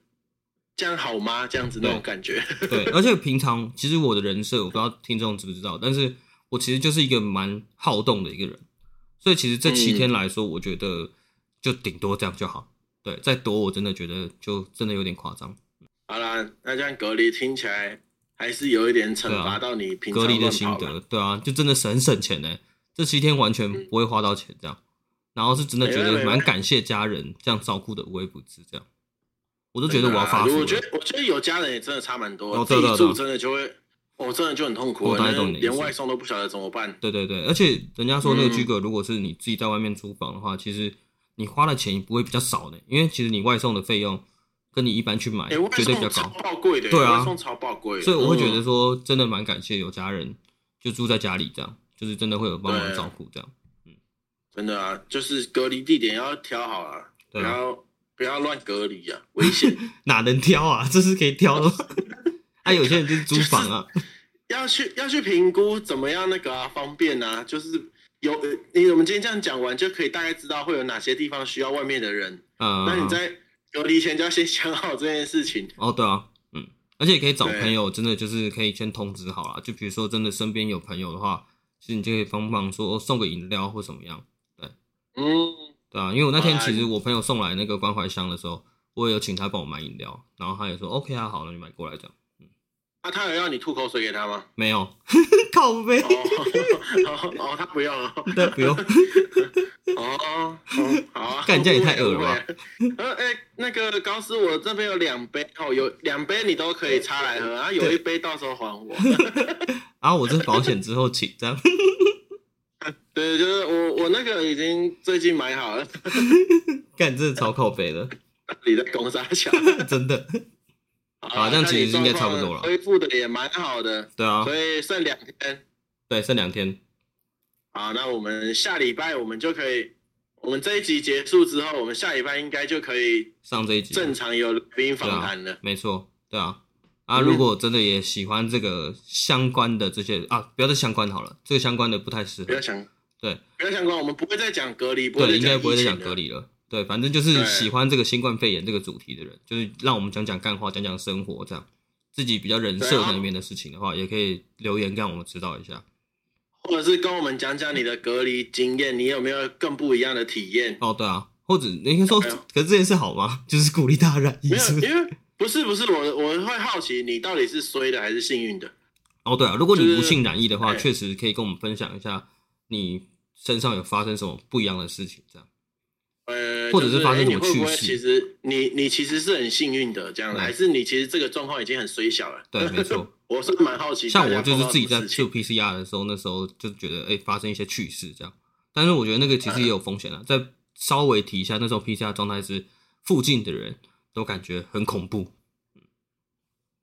Speaker 2: 这样好吗？这样子那种
Speaker 1: 对
Speaker 2: 感觉，
Speaker 1: 对。而且平常其实我的人设，我不知道听众知不知道，但是我其实就是一个蛮好动的一个人，所以其实这七
Speaker 2: 嗯
Speaker 1: 天来说，我觉得就顶多这样就好。对，再多我真的觉得就真的有点夸张。
Speaker 2: 好啦，那这样隔离听起来还是有一点惩
Speaker 1: 对啊
Speaker 2: 罚到你平常
Speaker 1: 隔离的
Speaker 2: 乱
Speaker 1: 心
Speaker 2: 跑啦
Speaker 1: 得，对啊，就真的是很省钱呢、这七天完全不会花到钱这样，然后是真的觉
Speaker 2: 嗯没
Speaker 1: 得
Speaker 2: 办法
Speaker 1: 蛮感谢家人这样照顾的无微不至这样，我都觉得
Speaker 2: 真
Speaker 1: 我
Speaker 2: 的
Speaker 1: 要
Speaker 2: 啊
Speaker 1: 发福
Speaker 2: 我觉
Speaker 1: 了。
Speaker 2: 得，我觉得有家人也真的差蛮多，
Speaker 1: 哦
Speaker 2: 自
Speaker 1: 对
Speaker 2: 己
Speaker 1: 对
Speaker 2: 住
Speaker 1: 对
Speaker 2: 真的就会，哦，真的就很痛苦，
Speaker 1: 我懂你懂你的意
Speaker 2: 连
Speaker 1: 思
Speaker 2: 外送都不晓得怎么办。
Speaker 1: 对对对，而且人家说那个
Speaker 2: 嗯
Speaker 1: 居格，如果是你自己在外面租房的话，其实你花的钱也不会比较少的，因为其实你外送的费用跟你一般去买
Speaker 2: 哎，外
Speaker 1: 绝对比较
Speaker 2: 送超
Speaker 1: 高，
Speaker 2: 爆贵的，
Speaker 1: 对啊
Speaker 2: 外送超爆贵的，
Speaker 1: 所以我会觉得
Speaker 2: 嗯
Speaker 1: 说真的蛮感谢有家人就住在家里这样，就是真的会有帮忙
Speaker 2: 对
Speaker 1: 照顾这样。
Speaker 2: 真的啊，就是隔离地点要挑好啊，不
Speaker 1: 对啊
Speaker 2: 要不要乱隔离啊，危险。
Speaker 1: 哪能挑啊？这是可以挑的吗？啊，有些人就是租房啊，
Speaker 2: 要去要去评估怎么样那个啊，方便啊，就是有呃你我们今天这样讲完，就可以大概知道会有哪些地方需要外面的人。
Speaker 1: 啊，
Speaker 2: 那你在隔离前就要先想好这件事情。
Speaker 1: 哦，对啊，嗯，而且也可以找
Speaker 2: 对
Speaker 1: 朋友，真的就是可以先通知好了。就比如说，真的身边有朋友的话，其实你就可以帮忙说、哦送个饮料或怎么样，
Speaker 2: 嗯，
Speaker 1: 对啊。因为我那天
Speaker 2: 哎
Speaker 1: 其实我朋友送来那个关怀箱的时候，我也有请他帮我买饮料，然后他也说 OK 啊，好了，你买过来这样。
Speaker 2: 那、啊他有要你吐口水给他吗？
Speaker 1: 没有， 靠背，
Speaker 2: 哦，哦，他不用了。
Speaker 1: 对，不 用。
Speaker 2: 哦，哦好啊。
Speaker 1: 干这样也太恶了吧
Speaker 2: 不会？不会呃，哎，那个高斯，我这边有两杯哦，有两杯你都可以插来喝，啊，有一杯到时候还我。
Speaker 1: 然后我这保险之后请这样，
Speaker 2: 对，就是我我那个已经最近买好了，
Speaker 1: 干真的超靠背的，
Speaker 2: 你在攻沙桥。
Speaker 1: 真的。 好这样其实应该差不多了
Speaker 2: 那你状况恢复的也蛮好的，
Speaker 1: 对啊，
Speaker 2: 所以剩两天。
Speaker 1: 对，剩两天。
Speaker 2: 好，那我们下礼拜我们就可以，我们这一集结束之后，我们下礼拜应该就可以
Speaker 1: 上这一集
Speaker 2: 正常有来宾访谈了。
Speaker 1: 没错，对啊。啊，
Speaker 2: 嗯
Speaker 1: 如果真的也喜欢这个相关的这些啊，不要再相关好了，这个相关的不太适
Speaker 2: 不
Speaker 1: 合
Speaker 2: 要。想，
Speaker 1: 对啊
Speaker 2: 不要想管，我们不会再讲隔离，不
Speaker 1: 对，
Speaker 2: 会
Speaker 1: 应
Speaker 2: 再
Speaker 1: 该
Speaker 2: 讲
Speaker 1: 不会再
Speaker 2: 疫
Speaker 1: 讲
Speaker 2: 情
Speaker 1: 隔
Speaker 2: 了。
Speaker 1: 离了。对，反正就是
Speaker 2: 对
Speaker 1: 喜欢这个新冠肺炎这个主题的人，就是让我们讲讲干话，讲讲生活这样，自己比较人
Speaker 2: 对
Speaker 1: 设
Speaker 2: 啊
Speaker 1: 那面的事情的话，也可以留言让我们知道一下。
Speaker 2: 或者是跟我们讲讲你的隔离经验，你有没有更不一样的体 验？
Speaker 1: 哦，对啊，或者应该说，
Speaker 2: 对啊
Speaker 1: 可是这件事好吗？ 就是鼓励大家染疫，
Speaker 2: 没
Speaker 1: 是不
Speaker 2: 有，
Speaker 1: 是？
Speaker 2: 因为不是不是，我我会好奇你到底是衰的还是幸运的。
Speaker 1: 哦，对啊，如果你
Speaker 2: 就是
Speaker 1: 不幸染疫的话，
Speaker 2: 对
Speaker 1: 确实可以跟我们分享一下你身上有发生什么不一样的事情，这样。
Speaker 2: 呃，
Speaker 1: 或者
Speaker 2: 就是
Speaker 1: 发生
Speaker 2: 哎
Speaker 1: 什么
Speaker 2: 你会不会
Speaker 1: 趣事
Speaker 2: 其实你你其实是很幸运的，这样的，
Speaker 1: 嗯
Speaker 2: 还是你其实这个状况已经很衰小了？
Speaker 1: 对，没 错。
Speaker 2: 我是蛮好奇，
Speaker 1: 像我就是自己在
Speaker 2: 在
Speaker 1: 做 PCR 的时候，那时候就觉得哎、诶发生一些趣事这样，但是我觉得那个其实也有风险啊。再稍微提一下，那时候 PCR 状态是附近的人都感觉很恐怖，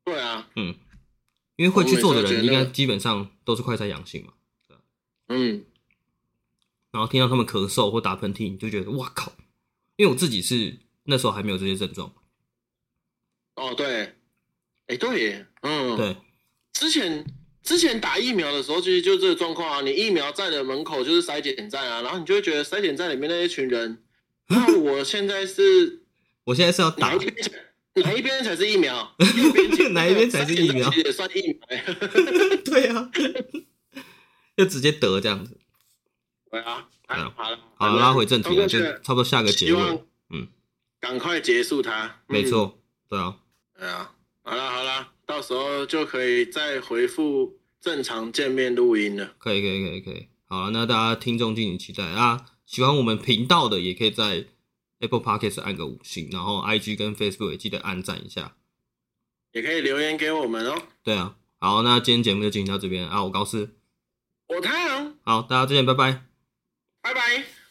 Speaker 2: 对啊，
Speaker 1: 因为会去做的
Speaker 2: 我
Speaker 1: 人
Speaker 2: 也是
Speaker 1: 应
Speaker 2: 觉得
Speaker 1: 该基本上都是快筛阳性嘛，
Speaker 2: 嗯，
Speaker 1: 然后听到他们咳嗽或打喷嚏，你就觉得哇靠！因为我自己是那时候还没有这些症状，
Speaker 2: 哦对，哎对耶，嗯，，
Speaker 1: 对
Speaker 2: 之前之前打疫苗的时候，其实就这个状况啊，你疫苗站的门口就是筛检站啊，然后你就会觉得筛检站里面那一群 人，那我现在是
Speaker 1: 我现在是要打
Speaker 2: 哪一边才？哪一边才是 疫苗？右边其实
Speaker 1: 哪一边才是疫苗
Speaker 2: 筛检站其实也算疫苗、 欸。
Speaker 1: 对啊， 就直接得这样子。
Speaker 2: 对啊，
Speaker 1: 嗯
Speaker 2: 啊 好了，
Speaker 1: 好，拉回正题
Speaker 2: 了，
Speaker 1: 了，就差不多下个结
Speaker 2: 希望
Speaker 1: 尾，嗯，
Speaker 2: 赶快结束它，
Speaker 1: 没
Speaker 2: 嗯，
Speaker 1: 错，对啊。
Speaker 2: 对啊，好了好了，到时候就可以再回复正常见面录音了，
Speaker 1: 可以，可以，可以，可以。好，那大家听众敬请期待啊！喜欢我们频道的，也可以在 Apple Podcast 按个五星，然后 IG 跟 Facebook 也记得按赞一下。
Speaker 2: 也可以留言给我们哦。
Speaker 1: 对啊，好，那今天节目就进行到这边啊，我高四，
Speaker 2: 我太阳，
Speaker 1: 好，大家再见，拜拜。
Speaker 2: 拜拜。